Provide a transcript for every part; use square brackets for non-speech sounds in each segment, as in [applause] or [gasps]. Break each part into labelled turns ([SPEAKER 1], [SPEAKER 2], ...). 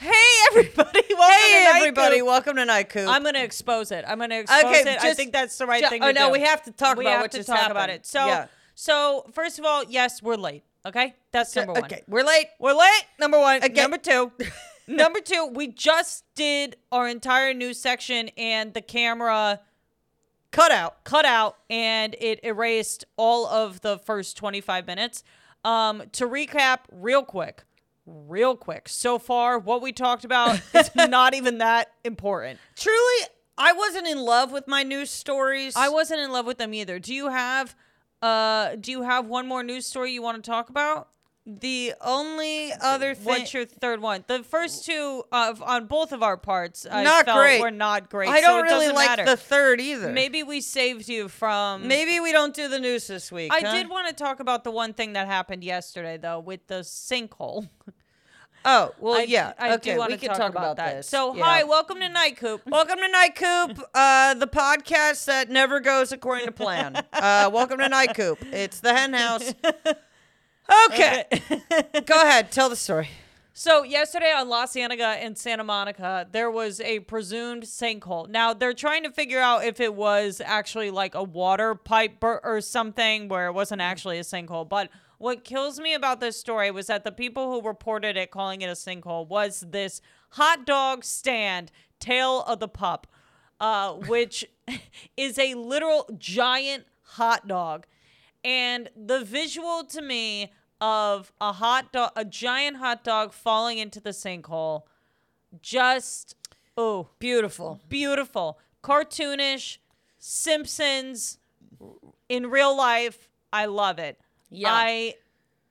[SPEAKER 1] [laughs]
[SPEAKER 2] everybody. Welcome
[SPEAKER 1] Hey
[SPEAKER 2] to Night
[SPEAKER 1] everybody,
[SPEAKER 2] Coop.
[SPEAKER 1] welcome to Night Coop.
[SPEAKER 2] I'm going to expose it. I'm going to expose
[SPEAKER 1] Okay,
[SPEAKER 2] it. I
[SPEAKER 1] just-
[SPEAKER 2] think that's the right
[SPEAKER 1] ju-
[SPEAKER 2] thing.
[SPEAKER 1] oh,
[SPEAKER 2] to
[SPEAKER 1] no,
[SPEAKER 2] do.
[SPEAKER 1] we have to talk
[SPEAKER 2] We
[SPEAKER 1] about
[SPEAKER 2] have
[SPEAKER 1] what
[SPEAKER 2] to
[SPEAKER 1] just
[SPEAKER 2] talk about
[SPEAKER 1] happened.
[SPEAKER 2] it. So,
[SPEAKER 1] Yeah.
[SPEAKER 2] so first of all, yes, we're late. Okay, that's number one.
[SPEAKER 1] okay, we're late.
[SPEAKER 2] We're late. Number one.
[SPEAKER 1] Okay.
[SPEAKER 2] Number [laughs] two. number two. We just did our entire news section, and the camera
[SPEAKER 1] Cut out.
[SPEAKER 2] cut out, and it erased all of the first 25 minutes. Um, to recap, real quick, real quick. So far, what we talked [laughs] about is not even that important.
[SPEAKER 1] Truly, I wasn't in love with my news stories.
[SPEAKER 2] I wasn't in love with them either. Do you have uh do you have one more news story you want to talk about?
[SPEAKER 1] the only other thing.
[SPEAKER 2] What's your third one? The first two of on both of our parts I
[SPEAKER 1] Not
[SPEAKER 2] felt
[SPEAKER 1] great.
[SPEAKER 2] were not great.
[SPEAKER 1] I
[SPEAKER 2] so
[SPEAKER 1] don't
[SPEAKER 2] it
[SPEAKER 1] really
[SPEAKER 2] doesn't
[SPEAKER 1] like
[SPEAKER 2] matter.
[SPEAKER 1] the third either.
[SPEAKER 2] Maybe we saved you from
[SPEAKER 1] Maybe we don't do the news this week.
[SPEAKER 2] I
[SPEAKER 1] huh?
[SPEAKER 2] did want to talk about the one thing that happened yesterday though with the sinkhole.
[SPEAKER 1] Oh well,
[SPEAKER 2] I-
[SPEAKER 1] yeah.
[SPEAKER 2] I
[SPEAKER 1] okay,
[SPEAKER 2] do want
[SPEAKER 1] we
[SPEAKER 2] to
[SPEAKER 1] can
[SPEAKER 2] talk, about, that.
[SPEAKER 1] this.
[SPEAKER 2] So
[SPEAKER 1] yeah. [laughs]
[SPEAKER 2] hi, welcome to Night Coop.
[SPEAKER 1] Welcome to Night Coop, uh, the podcast that never goes according to plan.
[SPEAKER 2] [laughs]
[SPEAKER 1] Uh, welcome to Night Coop. It's the hen house. Okay.
[SPEAKER 2] [laughs]
[SPEAKER 1] Go ahead. Tell the story.
[SPEAKER 2] So yesterday on La Cienega and Santa Monica, there was a presumed sinkhole. Now they're trying to figure out if it was actually like a water pipe bur- or something where it wasn't actually a sinkhole. But what kills me about this story was that the people who reported it calling it a sinkhole was this hot dog stand, tail of the pup, uh, which [laughs] is a literal giant hot dog. And the visual to me of a hot dog, a giant hot dog falling into the sinkhole, just oh,
[SPEAKER 1] Beautiful.
[SPEAKER 2] beautiful, cartoonish, Simpsons in real life. I love it.
[SPEAKER 1] Yeah.
[SPEAKER 2] I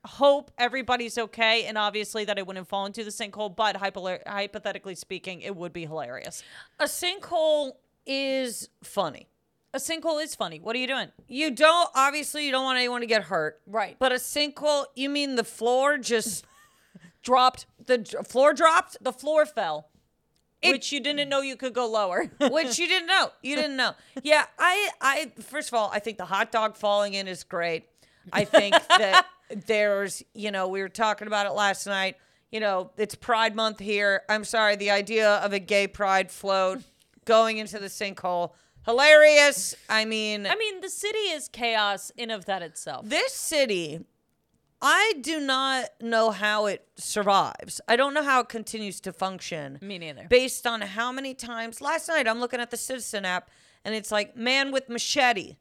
[SPEAKER 2] hope everybody's okay, and obviously that it wouldn't fall into the sinkhole. But hypo- hypothetically speaking, it would be hilarious.
[SPEAKER 1] A sinkhole is funny.
[SPEAKER 2] A sinkhole is funny. What are you doing?
[SPEAKER 1] You don't obviously you don't want anyone to get hurt.
[SPEAKER 2] Right.
[SPEAKER 1] But a sinkhole, you mean the floor just [laughs]
[SPEAKER 2] Dropped.
[SPEAKER 1] the dr- floor dropped,
[SPEAKER 2] The floor fell, which you didn't know you could go
[SPEAKER 1] [laughs]
[SPEAKER 2] lower.
[SPEAKER 1] which you didn't know. You didn't know. Yeah, I I first of all, I think the hot dog falling in is great. I think
[SPEAKER 2] [laughs]
[SPEAKER 1] that there's, you know, we were talking about it last night. You know, it's Pride month here. I'm sorry, the idea of a gay pride float going into the sinkhole hilarious. I mean,
[SPEAKER 2] I mean, the city is chaos in of that itself.
[SPEAKER 1] this city i do not know how it survives i don't know how it continues to function
[SPEAKER 2] Me neither.
[SPEAKER 1] based on how many times last night i'm looking at the citizen app and it's like man with machete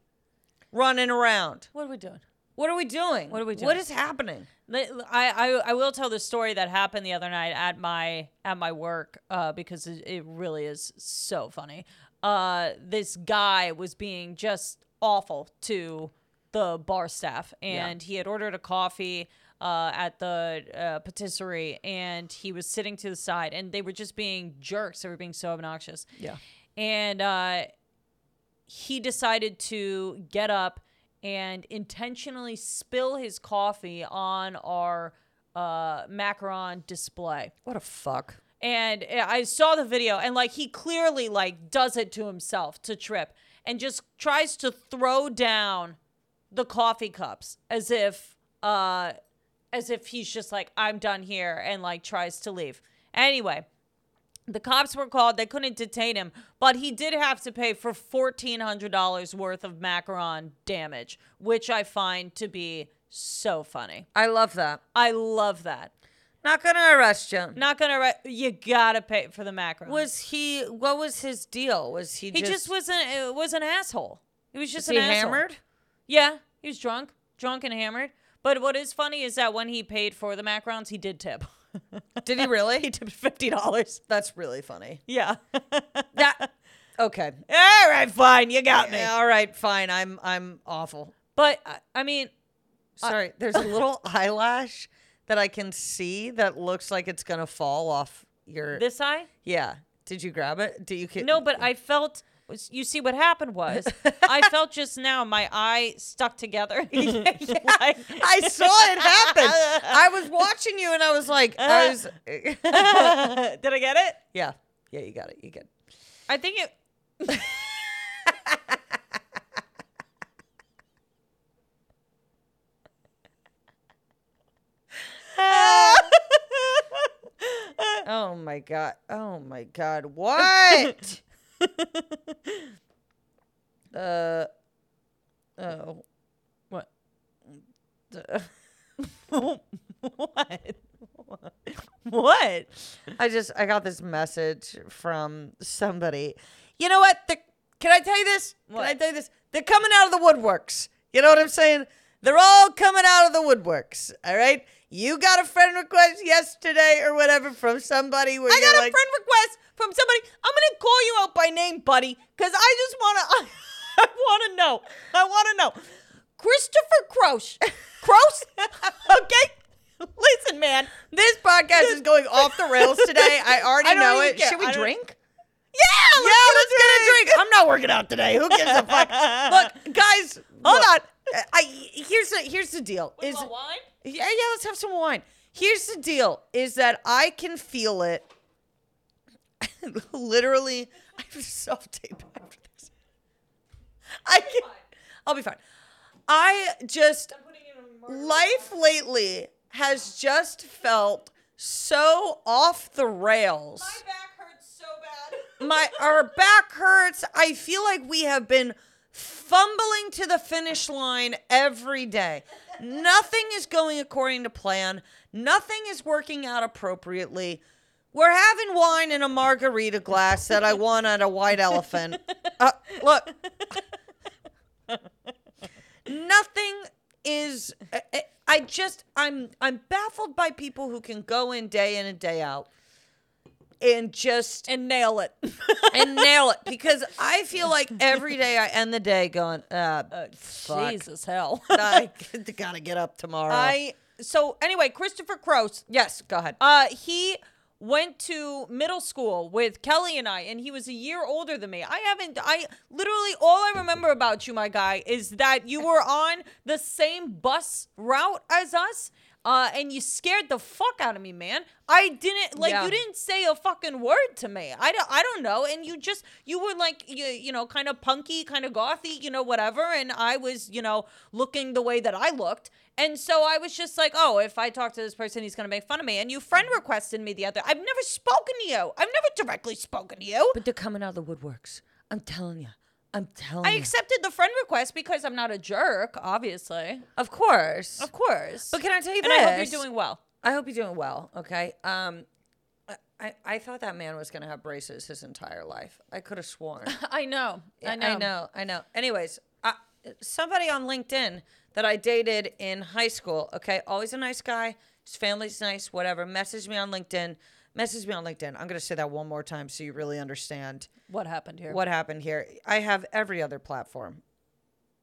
[SPEAKER 1] running around
[SPEAKER 2] What are we doing?
[SPEAKER 1] what are we doing
[SPEAKER 2] What are we
[SPEAKER 1] what
[SPEAKER 2] doing?
[SPEAKER 1] is happening
[SPEAKER 2] I, I, I will tell the story that happened the other night at my at my work uh, because it, it really is so funny. Uh, this guy was being just awful to the bar staff, and he had ordered a coffee uh, at the uh, patisserie, and he was sitting to the side, and they were just being jerks. They were being so obnoxious.
[SPEAKER 1] Yeah.
[SPEAKER 2] and uh, he decided to get up and intentionally spill his coffee on our uh, macaron display.
[SPEAKER 1] what a fuck
[SPEAKER 2] And eh, I saw the video, and like he clearly like does it to himself to trip, and just tries to throw down the coffee cups as if uh as if he's just like I'm done here and like tries to leave. Anyway, the cops were called. They couldn't detain him, but he did have to pay for fourteen hundred dollars worth of macaron damage, which I find to be so funny.
[SPEAKER 1] i love that
[SPEAKER 2] I love that.
[SPEAKER 1] not gonna arrest you
[SPEAKER 2] Not gonna. Re- you gotta pay for the macaron.
[SPEAKER 1] was he what was his deal was he,
[SPEAKER 2] he just, was an uh, was an asshole. He was just
[SPEAKER 1] was
[SPEAKER 2] an
[SPEAKER 1] he
[SPEAKER 2] asshole.
[SPEAKER 1] hammered
[SPEAKER 2] Yeah, he was drunk, drunk and hammered. But what is funny is that when he paid for the macarons, he did tip. [laughs]
[SPEAKER 1] did he really he
[SPEAKER 2] tipped fifty dollars.
[SPEAKER 1] that's really funny
[SPEAKER 2] Yeah. [laughs]
[SPEAKER 1] that okay Eh.
[SPEAKER 2] All right, fine. You got me.
[SPEAKER 1] all right fine i'm i'm awful
[SPEAKER 2] But I- I mean,
[SPEAKER 1] [laughs] Sorry, there's a little eyelash that I can see that looks like it's gonna fall off your.
[SPEAKER 2] this eye.
[SPEAKER 1] yeah. Did you grab it? Do you? ca-
[SPEAKER 2] No, but I felt. was- You see, what happened
[SPEAKER 1] [laughs]
[SPEAKER 2] was I felt just now my eye stuck
[SPEAKER 1] [laughs]
[SPEAKER 2] together. [laughs] Like-
[SPEAKER 1] I saw it happen. I was watching you, and I was like, I was.
[SPEAKER 2] did [laughs] I [laughs] get it?
[SPEAKER 1] yeah, yeah, you got it. You good?
[SPEAKER 2] I think [laughs] it. Ah!
[SPEAKER 1] Oh Oh my god. Oh my god. What? uh oh.
[SPEAKER 2] What?
[SPEAKER 1] Duh.
[SPEAKER 2] [laughs] what? What?
[SPEAKER 1] I just I got this message from somebody. You know what? The, can I tell you this?
[SPEAKER 2] What?
[SPEAKER 1] Can I tell you this? They're coming out of the woodworks. You know what I'm saying? They're all coming out of the woodworks. All right. You got a friend request yesterday or whatever from somebody where
[SPEAKER 2] I
[SPEAKER 1] you're
[SPEAKER 2] got a
[SPEAKER 1] like,
[SPEAKER 2] friend request from somebody. I'm gonna call you out by name, buddy, because I just wanna. [laughs] I, wanna know. I wanna know. Christopher Croce. [laughs] Croce. [laughs]
[SPEAKER 1] [laughs]
[SPEAKER 2] okay. Listen, man.
[SPEAKER 1] This podcast is going off the rails today. [laughs] I already
[SPEAKER 2] I don't
[SPEAKER 1] know
[SPEAKER 2] even
[SPEAKER 1] it.
[SPEAKER 2] care.
[SPEAKER 1] Should we
[SPEAKER 2] I don't-
[SPEAKER 1] drink?
[SPEAKER 2] Yeah.
[SPEAKER 1] Yeah, let's get a drink. I'm not working out today. Who gives a fuck? [laughs] Look, guys,
[SPEAKER 2] Hold
[SPEAKER 1] look. I here's the here's the deal. Is
[SPEAKER 2] wine?
[SPEAKER 1] yeah, yeah, let's have some wine. Here's the deal is that I can feel it. [laughs] Literally, I have self tape after this. I can, I'll be fine. I just life lately has just felt so off the rails.
[SPEAKER 2] back hurts so bad.
[SPEAKER 1] My our back hurts. I feel like we have been fumbling to the finish line every day. Nothing is going according to plan. Nothing is working out appropriately. We're having wine in a margarita glass that I won at a white elephant. Uh, look, nothing is. I- I- I just I'm I'm baffled by people who can go in day in and day out and just
[SPEAKER 2] And nail it.
[SPEAKER 1] [laughs] and nail it because I
[SPEAKER 2] [laughs]
[SPEAKER 1] feel like every day I end the day going, uh, fuck.
[SPEAKER 2] Jesus hell. [laughs]
[SPEAKER 1] I [laughs] gotta get up tomorrow.
[SPEAKER 2] I so anyway, Christopher Croce.
[SPEAKER 1] yes, go ahead.
[SPEAKER 2] Uh, he went to middle school with Kelly and I, and he was a year older than me. I haven't. I literally all I remember about you, my guy, is that you were on the same bus route as us. Uh, and you scared the fuck out of me, man. I didn't like
[SPEAKER 1] Yeah.
[SPEAKER 2] you didn't say a fucking word to me. I don't, I don't know. And you just you were like you, you know kind of punky, kind of gothy, you know whatever. And I was you know looking the way that I looked. And so I was just like, oh, if I talk to this person, he's gonna make fun of me. And you friend requested me the other. I've never spoken to you. I've never directly spoken to you.
[SPEAKER 1] but they're coming out of the woodworks. I'm telling you. I'm telling
[SPEAKER 2] I
[SPEAKER 1] you.
[SPEAKER 2] accepted the friend request because I'm not a jerk, obviously.
[SPEAKER 1] of course.
[SPEAKER 2] Of course.
[SPEAKER 1] But can I tell you
[SPEAKER 2] and
[SPEAKER 1] this?
[SPEAKER 2] I hope you're doing well.
[SPEAKER 1] I hope you're doing well. Okay. Um, I- I, I thought that man was gonna have braces his entire life. I could have sworn.
[SPEAKER 2] I know. [laughs] I know.
[SPEAKER 1] I know. I know. Anyways, I, somebody on LinkedIn that I dated in high school, okay, always a nice guy. His family's nice, whatever. Message me on LinkedIn. Message me on LinkedIn. I'm going to say that one more time so you really understand
[SPEAKER 2] What happened here?
[SPEAKER 1] what happened here. I have every other platform.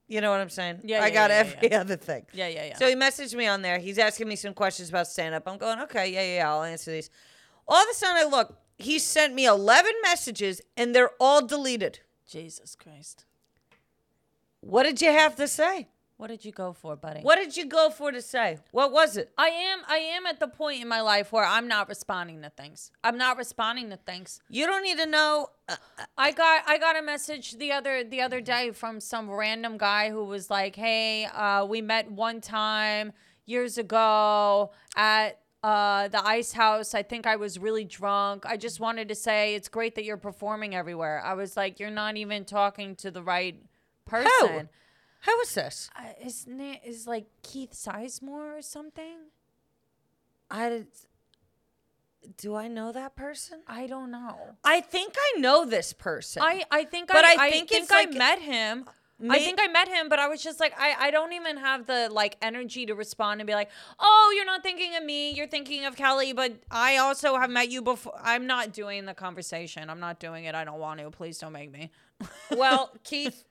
[SPEAKER 1] You know what I'm saying?
[SPEAKER 2] Yeah,
[SPEAKER 1] I
[SPEAKER 2] yeah,
[SPEAKER 1] got
[SPEAKER 2] yeah, yeah,
[SPEAKER 1] every other thing.
[SPEAKER 2] Yeah, yeah, yeah.
[SPEAKER 1] So he messaged me on there. He's asking me some questions about stand up. I'm going, okay, yeah, yeah, yeah, I'll answer these. All of a sudden, I look. He sent me 11 messages and they're all deleted.
[SPEAKER 2] Jesus Christ.
[SPEAKER 1] What did you have to say?
[SPEAKER 2] What did you go for, buddy?
[SPEAKER 1] What did you go for to say? What was it?
[SPEAKER 2] I am I am at the point in my life where I'm not responding to things. I'm not responding to things.
[SPEAKER 1] You don't need to know. Uh,
[SPEAKER 2] I got I got a message the other the other day from some random guy who was like, "Hey, uh, we met one time years ago at uh, the Ice House. I think I was really drunk. I just wanted to say it's great that you're performing everywhere." I was like, "You're not even talking to the right person."
[SPEAKER 1] how is this?
[SPEAKER 2] Uh, isn't it is like Keith Sizemore or something?
[SPEAKER 1] I did. Do I know that person?
[SPEAKER 2] I don't know.
[SPEAKER 1] I think I know this person.
[SPEAKER 2] I, I think
[SPEAKER 1] But
[SPEAKER 2] I,
[SPEAKER 1] I
[SPEAKER 2] I
[SPEAKER 1] think
[SPEAKER 2] think,
[SPEAKER 1] it's
[SPEAKER 2] I
[SPEAKER 1] like-
[SPEAKER 2] met him. I
[SPEAKER 1] May-
[SPEAKER 2] think I met him, but I was just like, I, I don't even have the like energy to respond and be like, oh, you're not thinking of me, you're thinking of Kelly, but I also have met you before. I'm not doing the conversation. I'm not doing it. I don't want to. Please don't make me. [laughs]
[SPEAKER 1] well, Keith,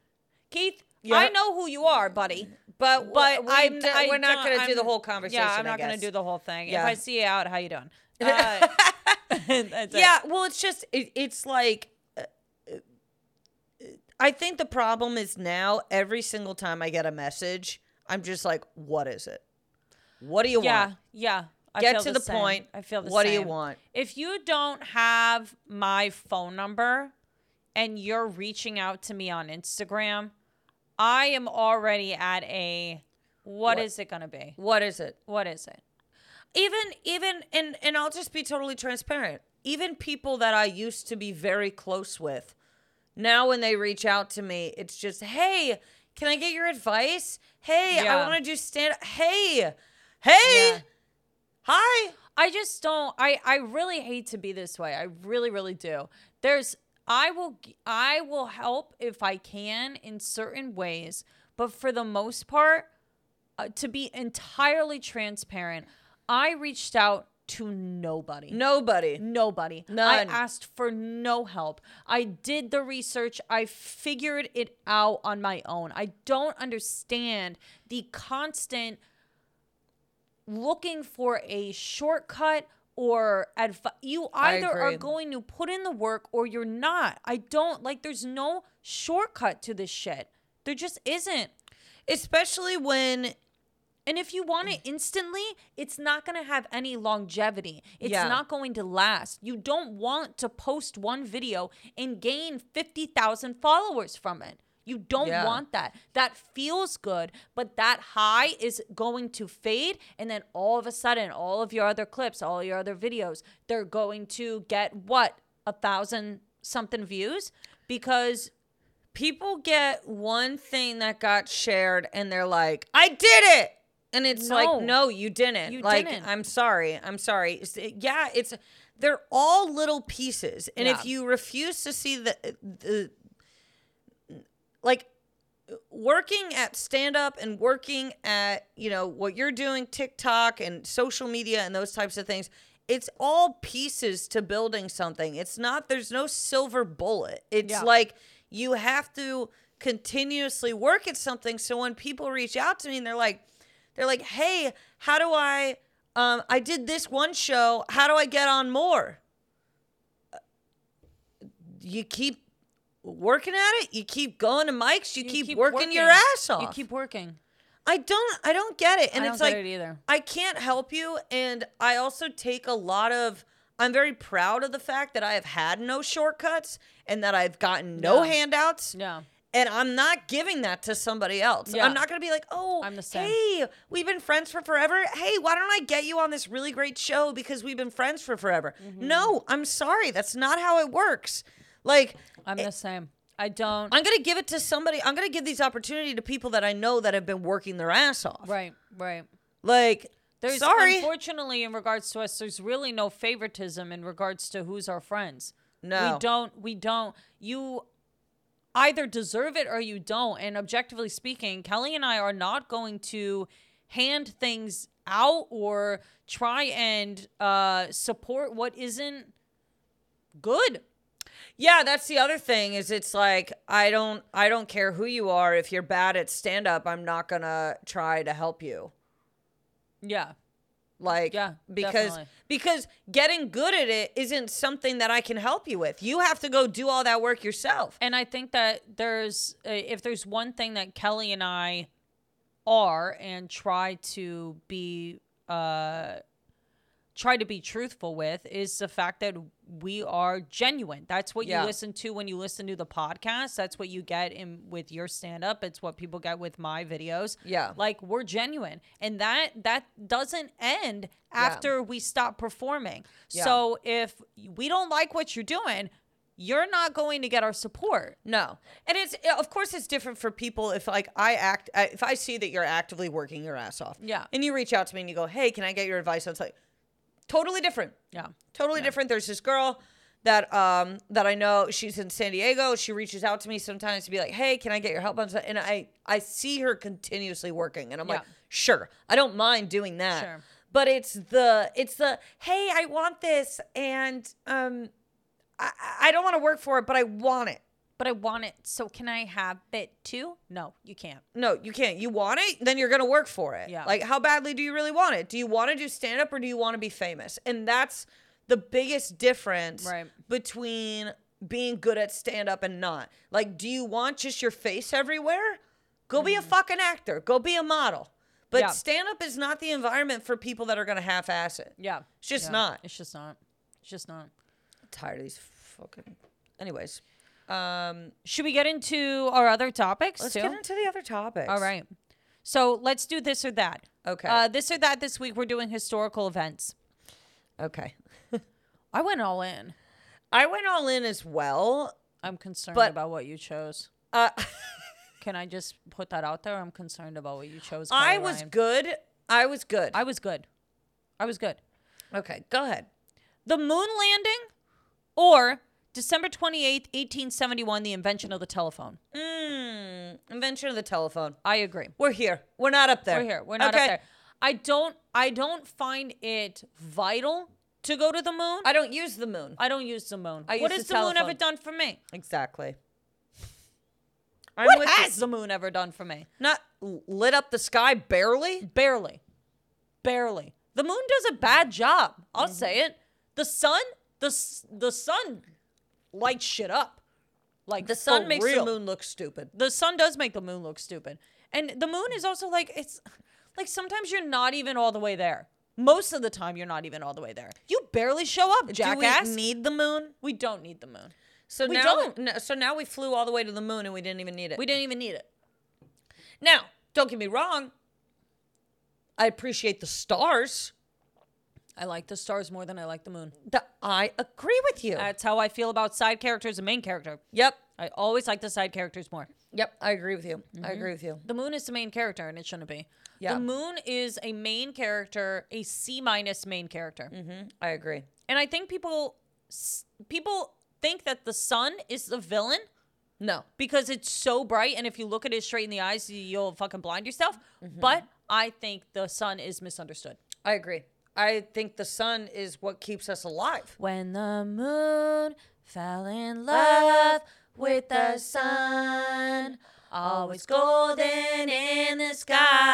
[SPEAKER 2] Keith,
[SPEAKER 1] Yeah.
[SPEAKER 2] I know who you are, buddy.
[SPEAKER 1] but
[SPEAKER 2] But
[SPEAKER 1] but
[SPEAKER 2] I'm, I
[SPEAKER 1] we're not
[SPEAKER 2] don't-
[SPEAKER 1] going to do
[SPEAKER 2] I'm-
[SPEAKER 1] the whole conversation.
[SPEAKER 2] Yeah, I'm
[SPEAKER 1] I
[SPEAKER 2] not going to
[SPEAKER 1] guess.
[SPEAKER 2] do the whole thing.
[SPEAKER 1] Yeah.
[SPEAKER 2] If I see you out, how you doing?
[SPEAKER 1] [laughs]
[SPEAKER 2] Uh, [laughs] that's it.
[SPEAKER 1] Yeah, well, it's just it, it's like uh, uh, I think the problem is now every single time I get a message, I'm just like, what is it? What do you
[SPEAKER 2] Yeah,
[SPEAKER 1] want?
[SPEAKER 2] yeah. I
[SPEAKER 1] Get
[SPEAKER 2] feel
[SPEAKER 1] to the,
[SPEAKER 2] same.
[SPEAKER 1] point.
[SPEAKER 2] I feel the
[SPEAKER 1] What do you
[SPEAKER 2] same.
[SPEAKER 1] want?
[SPEAKER 2] If you don't have my phone number and you're reaching out to me on Instagram, I am already at a what? is it going to be?
[SPEAKER 1] What is it?
[SPEAKER 2] What is it?
[SPEAKER 1] even even and and I'll just be totally transparent. even people that I used to be very close with, now when they reach out to me, it's just, hey, can I get your advice? Hey, I
[SPEAKER 2] Yeah.
[SPEAKER 1] want to do stand Hey, hey,
[SPEAKER 2] Yeah.
[SPEAKER 1] hi.
[SPEAKER 2] I just don't. I I really hate to be this way. I really really do. There's I will g- I will help if I can in certain ways, but for the most part, uh, to be entirely transparent, I reached out to nobody.
[SPEAKER 1] Nobody.
[SPEAKER 2] Nobody.
[SPEAKER 1] None.
[SPEAKER 2] I asked for no help. I did the research. I figured it out on my own. I don't understand the constant looking for a shortcut or advice. You
[SPEAKER 1] I
[SPEAKER 2] either are
[SPEAKER 1] agree.
[SPEAKER 2] going to put in the work or you're not. I don't like there's no shortcut to this shit. There just isn't.
[SPEAKER 1] Especially when
[SPEAKER 2] And if you want it instantly, it's not going to have any longevity. It's
[SPEAKER 1] Yeah.
[SPEAKER 2] not going to last. You don't want to post one video and gain 50,000 followers from it. You don't
[SPEAKER 1] Yeah.
[SPEAKER 2] want that. That feels good, but that high is going to fade. And then all of a sudden, all of your other clips, all your other videos, they're going to get what? A thousand something views? Because
[SPEAKER 1] people get one thing that got shared and they're like, I did it. And it's
[SPEAKER 2] No.
[SPEAKER 1] like, no, you didn't.
[SPEAKER 2] You
[SPEAKER 1] like,
[SPEAKER 2] didn't.
[SPEAKER 1] I'm sorry. I'm sorry. It's- it- yeah, it's they're all little pieces. And
[SPEAKER 2] Yeah.
[SPEAKER 1] if you refuse to see the, the like working at stand up and working at, you know, what you're doing, TikTok and social media and those types of things, it's all pieces to building something. It's not there's no silver bullet. It's
[SPEAKER 2] Yeah.
[SPEAKER 1] like like you have to continuously work at something so when people reach out to me and they're like they're like hey how do i um i did this one show how do i get on more you keep working at it you keep going to mics you,
[SPEAKER 2] you
[SPEAKER 1] keep, working, your ass off
[SPEAKER 2] You keep working.
[SPEAKER 1] i don't i don't get it and
[SPEAKER 2] I
[SPEAKER 1] it's
[SPEAKER 2] don't
[SPEAKER 1] like
[SPEAKER 2] get it either.
[SPEAKER 1] I can't help you. And I also take a lot of, I'm very proud of the fact that I have had no shortcuts and that I've gotten no
[SPEAKER 2] Yeah.
[SPEAKER 1] handouts.
[SPEAKER 2] Yeah.
[SPEAKER 1] And I'm not giving that to somebody else.
[SPEAKER 2] Yeah.
[SPEAKER 1] I'm not going to be like, oh,
[SPEAKER 2] I'm the same.
[SPEAKER 1] hey, we've been friends for forever. Hey, why don't I get you on this really great show because we've been friends for forever?
[SPEAKER 2] Mm-hmm.
[SPEAKER 1] No, I'm sorry. That's not how it works. Like,
[SPEAKER 2] I'm the same. I don't.
[SPEAKER 1] I'm going to give it to somebody. I'm going to give these opportunity to people that I know that have been working their ass off.
[SPEAKER 2] right, right.
[SPEAKER 1] Like,
[SPEAKER 2] There's
[SPEAKER 1] sorry.
[SPEAKER 2] unfortunately in regards to us, there's really no favoritism in regards to who's our friends.
[SPEAKER 1] No.
[SPEAKER 2] We don't we don't you either deserve it or you don't. And objectively speaking, Kelly and I are not going to hand things out or try and uh support what isn't good.
[SPEAKER 1] Yeah, that's the other thing is it's like I don't I don't care who you are if you're bad at stand up I'm not going to try to help you.
[SPEAKER 2] Yeah.
[SPEAKER 1] Like
[SPEAKER 2] Yeah,
[SPEAKER 1] because
[SPEAKER 2] definitely.
[SPEAKER 1] because getting good at it isn't something that I can help you with. You have to go do all that work yourself.
[SPEAKER 2] And I think that there's uh, if there's one thing that Kelly and I are and try to be uh try to be truthful with is the fact that we are genuine. That's what
[SPEAKER 1] Yeah.
[SPEAKER 2] you listen to when you listen to the podcast. That's what you get in with your stand up. It's what people get with my videos.
[SPEAKER 1] Yeah.
[SPEAKER 2] Like we're genuine. And that that doesn't end after we stop performing.
[SPEAKER 1] Yeah.
[SPEAKER 2] So if we don't like what you're doing, you're not going to get our support.
[SPEAKER 1] No. And it's of course it's different for people if like I act I- if I see that you're actively working your ass off.
[SPEAKER 2] Yeah.
[SPEAKER 1] And you reach out to me and you go, "Hey, can I get your advice?" on something? totally different.
[SPEAKER 2] Yeah.
[SPEAKER 1] totally different. There's this girl that um that I know. She's in San Diego. She reaches out to me sometimes to be like, "Hey, can I get your help on?" something?" And I I see her continuously working, and I'm like,
[SPEAKER 2] Yeah.
[SPEAKER 1] "Sure, I don't mind doing that."
[SPEAKER 2] Sure.
[SPEAKER 1] But it's the it's the hey, I want this, and um, I I don't want to work for it, but I want it.
[SPEAKER 2] But I want it. So can I have it too? No, you can't.
[SPEAKER 1] No, you can't. You want it, then you're gonna work for it.
[SPEAKER 2] Yeah.
[SPEAKER 1] Like, how badly do you really want it? Do you want to do stand up or do you want to be famous? And that's the biggest difference
[SPEAKER 2] Right.
[SPEAKER 1] between being good at stand up and not. Like, do you want just your face everywhere? Go be a fucking actor. Go be a model. But
[SPEAKER 2] Mm. Yeah.
[SPEAKER 1] stand up is not the environment for people that are gonna half ass it.
[SPEAKER 2] Yeah.
[SPEAKER 1] It's just
[SPEAKER 2] Yeah.
[SPEAKER 1] not.
[SPEAKER 2] It's just not. It's just not.
[SPEAKER 1] I'm tired of these fucking. Anyways, um,
[SPEAKER 2] Should we get into our other topics
[SPEAKER 1] let's
[SPEAKER 2] too?
[SPEAKER 1] get into the other topics.
[SPEAKER 2] All right. So let's do this or that.
[SPEAKER 1] Okay.
[SPEAKER 2] Uh, this or that this week we're doing historical events.
[SPEAKER 1] Okay.
[SPEAKER 2] I went all in.
[SPEAKER 1] I went all in as well.
[SPEAKER 2] I'm concerned
[SPEAKER 1] But-
[SPEAKER 2] about what you chose.
[SPEAKER 1] Uh, [laughs]
[SPEAKER 2] Can I just put that out there? I'm concerned about what you chose.
[SPEAKER 1] I
[SPEAKER 2] Kelly
[SPEAKER 1] was
[SPEAKER 2] Ryan.
[SPEAKER 1] good. I was good.
[SPEAKER 2] I was good. I was good.
[SPEAKER 1] okay, go ahead.
[SPEAKER 2] The moon landing or December 28th, 1871, the invention of the telephone.
[SPEAKER 1] Mm, invention of the telephone.
[SPEAKER 2] I agree.
[SPEAKER 1] We're here. We're not up there.
[SPEAKER 2] We're here. We're not
[SPEAKER 1] Okay.
[SPEAKER 2] up there. I don't I don't find it vital to go to the moon. I,
[SPEAKER 1] I don't use the moon.
[SPEAKER 2] don't use the moon.
[SPEAKER 1] I
[SPEAKER 2] what
[SPEAKER 1] use
[SPEAKER 2] has
[SPEAKER 1] the
[SPEAKER 2] the, moon ever
[SPEAKER 1] telephone.
[SPEAKER 2] done for me?
[SPEAKER 1] Exactly. I'm
[SPEAKER 2] what
[SPEAKER 1] with you.
[SPEAKER 2] has the moon ever done for me?
[SPEAKER 1] Not lit up the sky barely.
[SPEAKER 2] Barely. Barely. The moon does a bad job. I'll
[SPEAKER 1] Mm-hmm.
[SPEAKER 2] say it. The sun, the s- the sun lights shit up. Like
[SPEAKER 1] The sun
[SPEAKER 2] for
[SPEAKER 1] makes
[SPEAKER 2] real.
[SPEAKER 1] the moon look stupid.
[SPEAKER 2] the sun does make the moon look stupid. And the moon is also like it's like sometimes you're not even all the way there. Most of the time you're not even all the way there. You barely show up, jackass.
[SPEAKER 1] Do
[SPEAKER 2] we,
[SPEAKER 1] we need the moon?
[SPEAKER 2] don't need the moon.
[SPEAKER 1] So
[SPEAKER 2] We
[SPEAKER 1] now,
[SPEAKER 2] don't.
[SPEAKER 1] no- so now we flew all the way to the moon and we didn't even need it.
[SPEAKER 2] We didn't even need it.
[SPEAKER 1] now, don't get me wrong. I appreciate the stars.
[SPEAKER 2] I like the stars more than I like the moon.
[SPEAKER 1] The, I agree with you.
[SPEAKER 2] That's how I feel about side characters and main character.
[SPEAKER 1] yep.
[SPEAKER 2] I always like the side characters more.
[SPEAKER 1] Yep. I agree with you. I agree with you.
[SPEAKER 2] The moon is the main character, and it shouldn't be.
[SPEAKER 1] Yeah.
[SPEAKER 2] The moon is a main character, a C minus main character,
[SPEAKER 1] hmm I agree.
[SPEAKER 2] and I think people s- people think that the sun is the villain
[SPEAKER 1] No.
[SPEAKER 2] because it's so bright, and if you look at it straight in the eyes, y- you'll fucking blind yourself. But I think the sun is misunderstood.
[SPEAKER 1] I agree. I think the sun is what keeps us alive.
[SPEAKER 2] When the moon fell in
[SPEAKER 1] love
[SPEAKER 2] with
[SPEAKER 1] the sun,
[SPEAKER 2] always
[SPEAKER 1] golden in the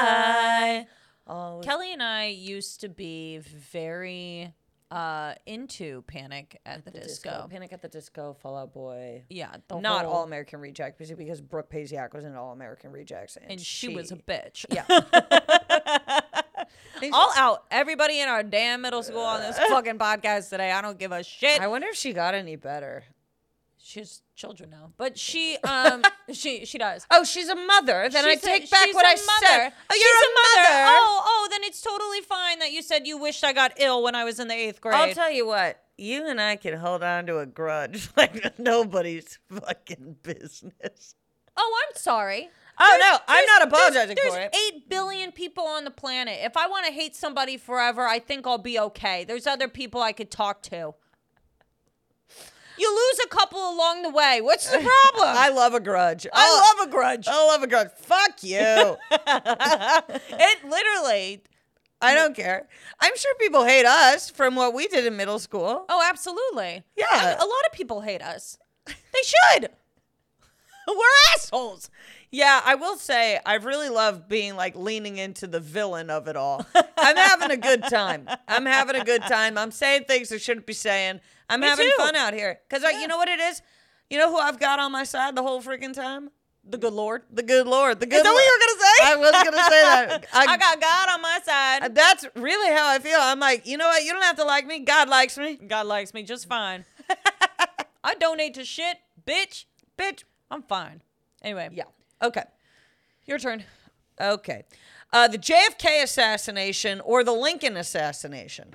[SPEAKER 1] sky. Always
[SPEAKER 2] Kelly and I used to be very uh, into Panic at, the, disco.
[SPEAKER 1] Panic at the Disco, Fall Out Boy.
[SPEAKER 2] Yeah, the
[SPEAKER 1] Not
[SPEAKER 2] whole-
[SPEAKER 1] All American Rejects because- because Brooke Pasiak was in All American Rejects, and,
[SPEAKER 2] And she, was a bitch. [laughs]
[SPEAKER 1] yeah.
[SPEAKER 2] All out. Everybody in our damn middle school on
[SPEAKER 1] [laughs]
[SPEAKER 2] this fucking podcast today. I don't give a shit.
[SPEAKER 1] I wonder if she got any better.
[SPEAKER 2] She's children now, but
[SPEAKER 1] [laughs]
[SPEAKER 2] she um she she does.
[SPEAKER 1] Oh, she's a mother. Then
[SPEAKER 2] She's a-
[SPEAKER 1] I take back
[SPEAKER 2] she's
[SPEAKER 1] what
[SPEAKER 2] a
[SPEAKER 1] I
[SPEAKER 2] mother.
[SPEAKER 1] said. Oh,
[SPEAKER 2] She's
[SPEAKER 1] you're a, mother.
[SPEAKER 2] Oh, oh, then it's totally fine that you said you wished I got ill when I was in the eighth grade.
[SPEAKER 1] I'll tell you what. You and I can hold on to a grudge [laughs] like nobody's fucking business.
[SPEAKER 2] oh, I'm sorry.
[SPEAKER 1] Oh no, I'm
[SPEAKER 2] There's-
[SPEAKER 1] not apologizing
[SPEAKER 2] there's,
[SPEAKER 1] for it.
[SPEAKER 2] There's eight billion people on the planet. If I want to hate somebody forever, I think I'll be okay. There's other people I could talk to. You lose a couple along the way. What's
[SPEAKER 1] [laughs]
[SPEAKER 2] the problem?
[SPEAKER 1] I love a grudge. I,
[SPEAKER 2] love a grudge.
[SPEAKER 1] I love a grudge.
[SPEAKER 2] [laughs]
[SPEAKER 1] Fuck you.
[SPEAKER 2] it literally.
[SPEAKER 1] I don't care. I'm sure people hate us from what we did in middle school.
[SPEAKER 2] Oh, absolutely.
[SPEAKER 1] Yeah.
[SPEAKER 2] I- A lot of people hate
[SPEAKER 1] [laughs]
[SPEAKER 2] us. They should. We're assholes.
[SPEAKER 1] Yeah, I will say I really love being like leaning into the villain of it all. I'm having a good time. I'm having a good time. I'm saying things I shouldn't be saying. I'm having
[SPEAKER 2] too.
[SPEAKER 1] fun out here because you know what it is. You know who I've got on my side the whole freaking time?
[SPEAKER 2] The good Lord.
[SPEAKER 1] The good Lord. The good.
[SPEAKER 2] that what
[SPEAKER 1] Lord.
[SPEAKER 2] you were gonna say?
[SPEAKER 1] I was gonna say
[SPEAKER 2] [laughs]
[SPEAKER 1] that.
[SPEAKER 2] I got God on my side.
[SPEAKER 1] That's really how I feel. I'm like, you know what? You don't have to like me. God likes
[SPEAKER 2] [laughs]
[SPEAKER 1] me.
[SPEAKER 2] God likes me just
[SPEAKER 1] [laughs]
[SPEAKER 2] fine. I donate to shit, bitch.
[SPEAKER 1] Bitch.
[SPEAKER 2] I'm fine. Anyway,
[SPEAKER 1] Yeah. Okay.
[SPEAKER 2] your turn.
[SPEAKER 1] Okay. Uh, the JFK assassination or the Lincoln assassination?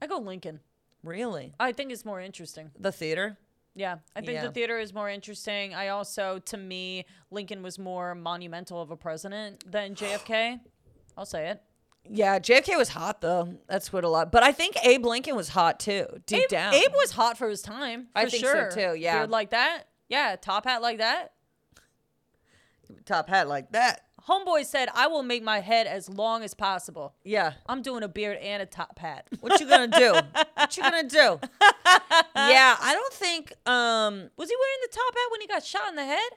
[SPEAKER 2] I go Lincoln.
[SPEAKER 1] Really?
[SPEAKER 2] I think it's more interesting.
[SPEAKER 1] The theater?
[SPEAKER 2] Yeah, I think
[SPEAKER 1] Yeah.
[SPEAKER 2] the theater is more interesting. I also, to me, Lincoln was more monumental of a president
[SPEAKER 1] [sighs]
[SPEAKER 2] than JFK. I'll say it.
[SPEAKER 1] Yeah, JFK was hot though. That's what a lot. But I think Abe Lincoln was hot too, deep
[SPEAKER 2] Abe,
[SPEAKER 1] down.
[SPEAKER 2] Abe was hot for his time. For
[SPEAKER 1] I think so,
[SPEAKER 2] sure.
[SPEAKER 1] too, yeah.
[SPEAKER 2] Beard like that. Yeah, top hat like that.
[SPEAKER 1] top hat like that.
[SPEAKER 2] Homeboy said, "I will make my head as long as possible."
[SPEAKER 1] Yeah.
[SPEAKER 2] I'm doing a beard and a top
[SPEAKER 1] [laughs]
[SPEAKER 2] hat.
[SPEAKER 1] What you gonna do? what you gonna [laughs] do? yeah, I don't think. Um,
[SPEAKER 2] Was he wearing the top hat when he got shot in the head?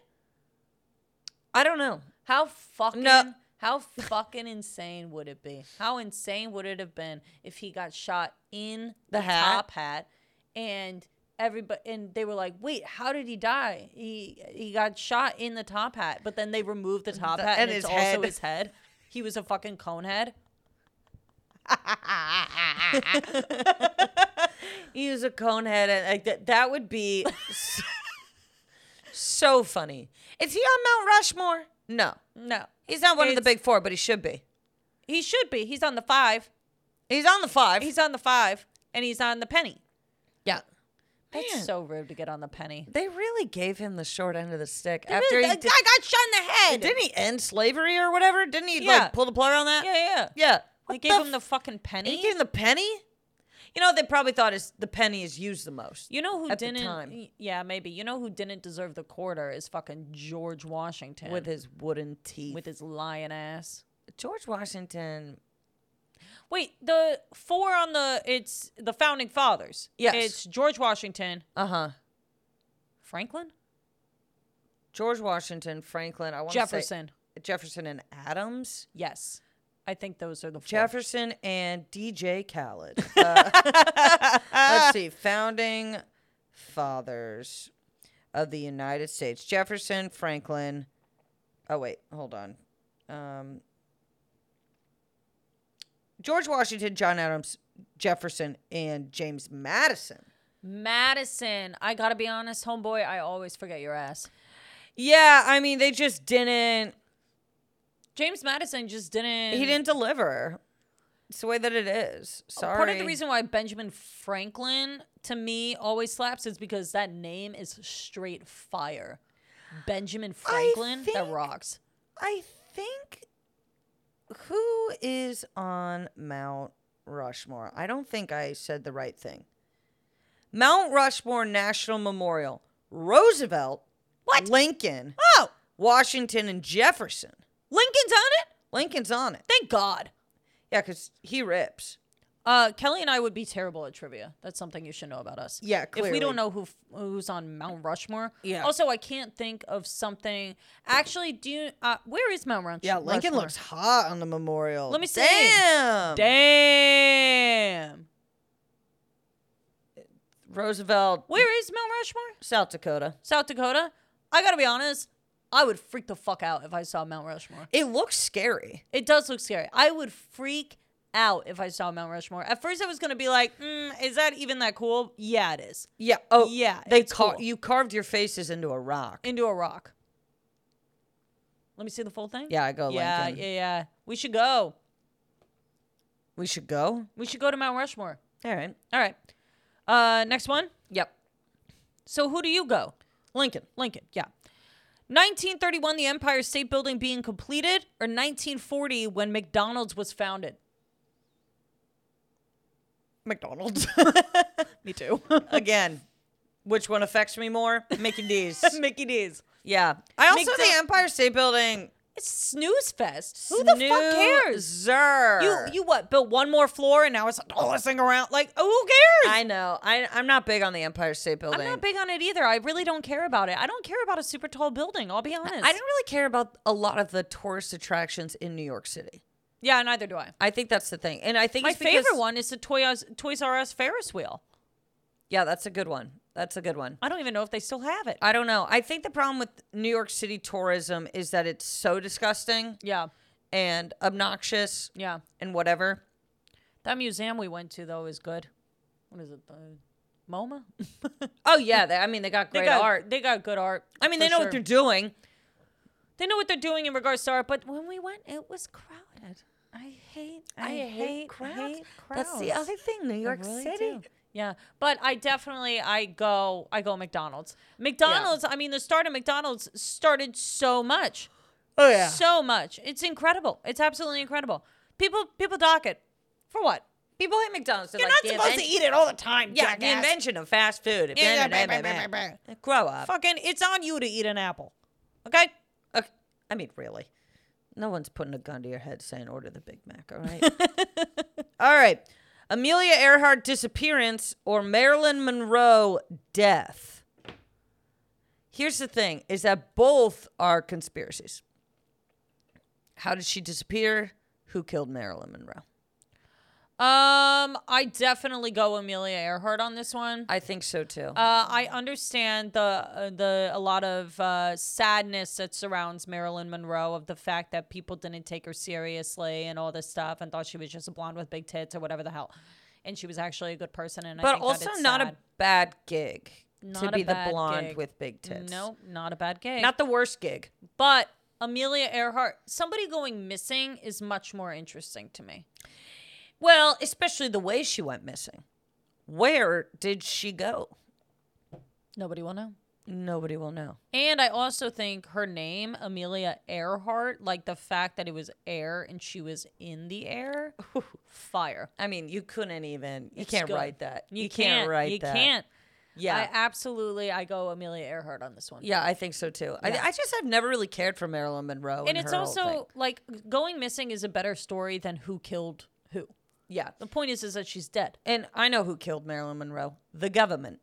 [SPEAKER 1] I don't know.
[SPEAKER 2] How fucking
[SPEAKER 1] No.
[SPEAKER 2] how fucking insane would it be? How insane would it have been if he got shot in the,
[SPEAKER 1] The hat?
[SPEAKER 2] top hat and everybody and they were like, "Wait, how did he die? He he got shot in the top hat." But then they removed the top
[SPEAKER 1] The-
[SPEAKER 2] hat and,
[SPEAKER 1] and
[SPEAKER 2] it's
[SPEAKER 1] his
[SPEAKER 2] also
[SPEAKER 1] head.
[SPEAKER 2] his head. He was a fucking
[SPEAKER 1] [laughs]
[SPEAKER 2] conehead.
[SPEAKER 1] Use a cone head and like that. That would be so, so funny. Is he on Mount Rushmore? No,
[SPEAKER 2] No.
[SPEAKER 1] he's not one of the
[SPEAKER 2] It's-
[SPEAKER 1] big four, but he should be.
[SPEAKER 2] He should be. He's on the 5.
[SPEAKER 1] He's on the five.
[SPEAKER 2] He's on the five and he's on the penny.
[SPEAKER 1] yeah. Man.
[SPEAKER 2] That's so rude to get on the penny.
[SPEAKER 1] They really gave him the short end of the stick after he
[SPEAKER 2] the
[SPEAKER 1] did,
[SPEAKER 2] guy got shot in the head.
[SPEAKER 1] didn't he end slavery or whatever? Didn't he
[SPEAKER 2] Yeah.
[SPEAKER 1] like pull the plug on that?
[SPEAKER 2] Yeah, yeah. yeah.
[SPEAKER 1] Yeah.
[SPEAKER 2] They
[SPEAKER 1] What
[SPEAKER 2] gave him the
[SPEAKER 1] f-
[SPEAKER 2] fucking penny.
[SPEAKER 1] He gave him the penny. You know they probably thought is the penny is used the most.
[SPEAKER 2] You know who
[SPEAKER 1] at the
[SPEAKER 2] didn't?
[SPEAKER 1] time.
[SPEAKER 2] y- Yeah, maybe. You know who didn't deserve the quarter is fucking George Washington
[SPEAKER 1] with his wooden teeth.
[SPEAKER 2] with his lion ass.
[SPEAKER 1] George Washington.
[SPEAKER 2] Wait, the four on the it's the founding fathers.
[SPEAKER 1] Yes.
[SPEAKER 2] it's George Washington,
[SPEAKER 1] Uh huh.
[SPEAKER 2] Franklin,
[SPEAKER 1] George Washington, Franklin. I want
[SPEAKER 2] Jefferson.
[SPEAKER 1] Jefferson and Adams.
[SPEAKER 2] Yes, I think those are the four. [laughs]
[SPEAKER 1] Jefferson and DJ Khaled. [laughs] Uh,
[SPEAKER 2] [laughs]
[SPEAKER 1] [laughs] let's see, founding fathers of the United States: Jefferson, Franklin. Oh wait, hold on. Um, George Washington, John Adams, Jefferson, and James Madison.
[SPEAKER 2] Madison. I gotta be honest, homeboy. I always forget your ass.
[SPEAKER 1] Yeah, I mean they just didn't.
[SPEAKER 2] James Madison just didn't.
[SPEAKER 1] He didn't deliver. It's the way that it is. Sorry.
[SPEAKER 2] Part of the reason why Benjamin Franklin to me always slaps is because that name is straight fire. Benjamin Franklin, that
[SPEAKER 1] think-
[SPEAKER 2] rocks.
[SPEAKER 1] I think who is on Mount Rushmore? I don't think I said the right thing. Mount Rushmore National Memorial. Roosevelt,
[SPEAKER 2] What?
[SPEAKER 1] Lincoln,
[SPEAKER 2] Oh,
[SPEAKER 1] Washington, and Jefferson.
[SPEAKER 2] Lincoln's on it.
[SPEAKER 1] Lincoln's on it.
[SPEAKER 2] Thank God.
[SPEAKER 1] Yeah, because he rips.
[SPEAKER 2] Uh, Kelly and I would be terrible at trivia. That's something you should know about us.
[SPEAKER 1] Yeah,
[SPEAKER 2] If we
[SPEAKER 1] clearly.
[SPEAKER 2] don't know who f- who's on Mount Rushmore.
[SPEAKER 1] Yeah.
[SPEAKER 2] Also, I can't think of something. Actually, do you? Uh, where is Mount Rush- Rushmore?
[SPEAKER 1] hot on the memorial.
[SPEAKER 2] Let me see.
[SPEAKER 1] Damn.
[SPEAKER 2] Damn.
[SPEAKER 1] Roosevelt,
[SPEAKER 2] Where is Mount Rushmore?
[SPEAKER 1] South Dakota.
[SPEAKER 2] South Dakota. I gotta be honest. I would freak the fuck out if I saw Mount Rushmore.
[SPEAKER 1] It looks scary.
[SPEAKER 2] It does look scary. I would freak out if I saw Mount Rushmore. At first, I was gonna be like, mm, "Is that even that cool?" Yeah, it is.
[SPEAKER 1] Yeah. Oh,
[SPEAKER 2] Yeah,
[SPEAKER 1] They
[SPEAKER 2] it's
[SPEAKER 1] car-
[SPEAKER 2] cool.
[SPEAKER 1] you carved your faces into a rock.
[SPEAKER 2] Into a rock. Let me see the full thing.
[SPEAKER 1] Yeah, I go
[SPEAKER 2] yeah,
[SPEAKER 1] Lincoln.
[SPEAKER 2] yeah, yeah. We should go.
[SPEAKER 1] We should go.
[SPEAKER 2] We should go to Mount Rushmore.
[SPEAKER 1] All right.
[SPEAKER 2] All right. Uh, next one.
[SPEAKER 1] Yep.
[SPEAKER 2] So who do you go?
[SPEAKER 1] Lincoln.
[SPEAKER 2] Lincoln. Yeah. 1931, the Empire State Building being completed, or 1940 when McDonald's was founded.
[SPEAKER 1] McDonald's.
[SPEAKER 2] [laughs]
[SPEAKER 1] [laughs]
[SPEAKER 2] Me too.
[SPEAKER 1] Again, which one affects me more? Mickey D's.
[SPEAKER 2] Mickey D's.
[SPEAKER 1] [laughs] yeah. I also
[SPEAKER 2] McDo-
[SPEAKER 1] the Empire State Building.
[SPEAKER 2] It's snooze fest. Who the fuck cares?
[SPEAKER 1] Snoozer.
[SPEAKER 2] You you what? Built one more floor and now it's all this thing around. Like who cares?
[SPEAKER 1] I know. I I'm not big on the Empire State Building.
[SPEAKER 2] I'm not big on it either. I really don't care about it. I don't care about a super tall building. I'll be honest.
[SPEAKER 1] I don't really care about a lot of the tourist attractions in New York City.
[SPEAKER 2] Yeah, neither do I.
[SPEAKER 1] I think that's the thing, and I think
[SPEAKER 2] My
[SPEAKER 1] it's because-
[SPEAKER 2] favorite one is the Toys Toys R Us Ferris wheel.
[SPEAKER 1] Yeah, that's a good one. That's a good one.
[SPEAKER 2] I don't even know if they still have it.
[SPEAKER 1] I don't know. I think the problem with New York City tourism is that it's so disgusting
[SPEAKER 2] Yeah,
[SPEAKER 1] and obnoxious
[SPEAKER 2] yeah.
[SPEAKER 1] and whatever.
[SPEAKER 2] That museum we went to though is good. What is it? The MoMA. [laughs]
[SPEAKER 1] Oh yeah, they, I mean they got
[SPEAKER 2] They
[SPEAKER 1] great
[SPEAKER 2] got
[SPEAKER 1] art.
[SPEAKER 2] They got good art.
[SPEAKER 1] I mean
[SPEAKER 2] for
[SPEAKER 1] they know
[SPEAKER 2] sure.
[SPEAKER 1] what they're doing.
[SPEAKER 2] they know what they're doing in regards to art. But when we went, it was crowded. I hate. I, hate
[SPEAKER 1] That's the
[SPEAKER 2] crowds.
[SPEAKER 1] other thing, New
[SPEAKER 2] I
[SPEAKER 1] York
[SPEAKER 2] really
[SPEAKER 1] City.
[SPEAKER 2] do. Yeah, but I definitely I go I go McDonald's. McDonald's. I mean, the start of McDonald's started so much,
[SPEAKER 1] Oh yeah.
[SPEAKER 2] so much. It's incredible. It's absolutely incredible. People people dock it for what?
[SPEAKER 1] People hate McDonald's. They're
[SPEAKER 2] You're
[SPEAKER 1] like,
[SPEAKER 2] not
[SPEAKER 1] "The
[SPEAKER 2] supposed
[SPEAKER 1] inven-
[SPEAKER 2] to eat it all the time.
[SPEAKER 1] Yeah, the
[SPEAKER 2] jackass.
[SPEAKER 1] invention of fast food.
[SPEAKER 2] Yeah, yeah,
[SPEAKER 1] Blah,
[SPEAKER 2] bah,
[SPEAKER 1] blah,
[SPEAKER 2] bah,
[SPEAKER 1] blah, blah.
[SPEAKER 2] bah, bah.
[SPEAKER 1] Grow up.
[SPEAKER 2] Fucking, it's on you to eat an apple. Okay.
[SPEAKER 1] Okay. I mean, really, no one's putting a gun to your head saying order the Big Mac.
[SPEAKER 2] [laughs]
[SPEAKER 1] All right. all right. Amelia Earhart disappearance or Marilyn Monroe death. Here's the thing: is that both are conspiracies. How did she disappear? Who killed Marilyn Monroe?
[SPEAKER 2] Um, I definitely go Amelia Earhart on this one.
[SPEAKER 1] I think so too.
[SPEAKER 2] Uh, I understand the uh, the a lot of uh, sadness that surrounds Marilyn Monroe of the fact that people didn't take her seriously and all this stuff and thought she was just a blonde with big tits or whatever the hell, and she was actually a good person. And I
[SPEAKER 1] but
[SPEAKER 2] think that
[SPEAKER 1] also
[SPEAKER 2] it's
[SPEAKER 1] not a
[SPEAKER 2] sad.
[SPEAKER 1] bad gig to
[SPEAKER 2] Not a
[SPEAKER 1] be the
[SPEAKER 2] bad
[SPEAKER 1] blonde
[SPEAKER 2] gig.
[SPEAKER 1] with big tits.
[SPEAKER 2] no, not a bad gig.
[SPEAKER 1] not the worst gig.
[SPEAKER 2] but Amelia Earhart, somebody going missing is much more interesting to me.
[SPEAKER 1] Well, especially the way she went missing. Where did she go?
[SPEAKER 2] Nobody will know.
[SPEAKER 1] Nobody will know.
[SPEAKER 2] And I also think her name, Amelia Earhart, like the fact that it was air and she was in the air,
[SPEAKER 1] [laughs]
[SPEAKER 2] fire.
[SPEAKER 1] I mean, you couldn't even. You
[SPEAKER 2] It's
[SPEAKER 1] can't
[SPEAKER 2] good.
[SPEAKER 1] write that.
[SPEAKER 2] You, can't,
[SPEAKER 1] write
[SPEAKER 2] You
[SPEAKER 1] that.
[SPEAKER 2] can't.
[SPEAKER 1] Yeah.
[SPEAKER 2] I absolutely, I go Amelia Earhart on this one.
[SPEAKER 1] yeah, I think so too.
[SPEAKER 2] Yeah.
[SPEAKER 1] I, I just have never really cared for Marilyn Monroe.
[SPEAKER 2] And it's
[SPEAKER 1] her whole thing.
[SPEAKER 2] also like going missing is a better story than who killed who.
[SPEAKER 1] yeah.
[SPEAKER 2] The point is, is that she's dead.
[SPEAKER 1] And I know who killed Marilyn Monroe. The government.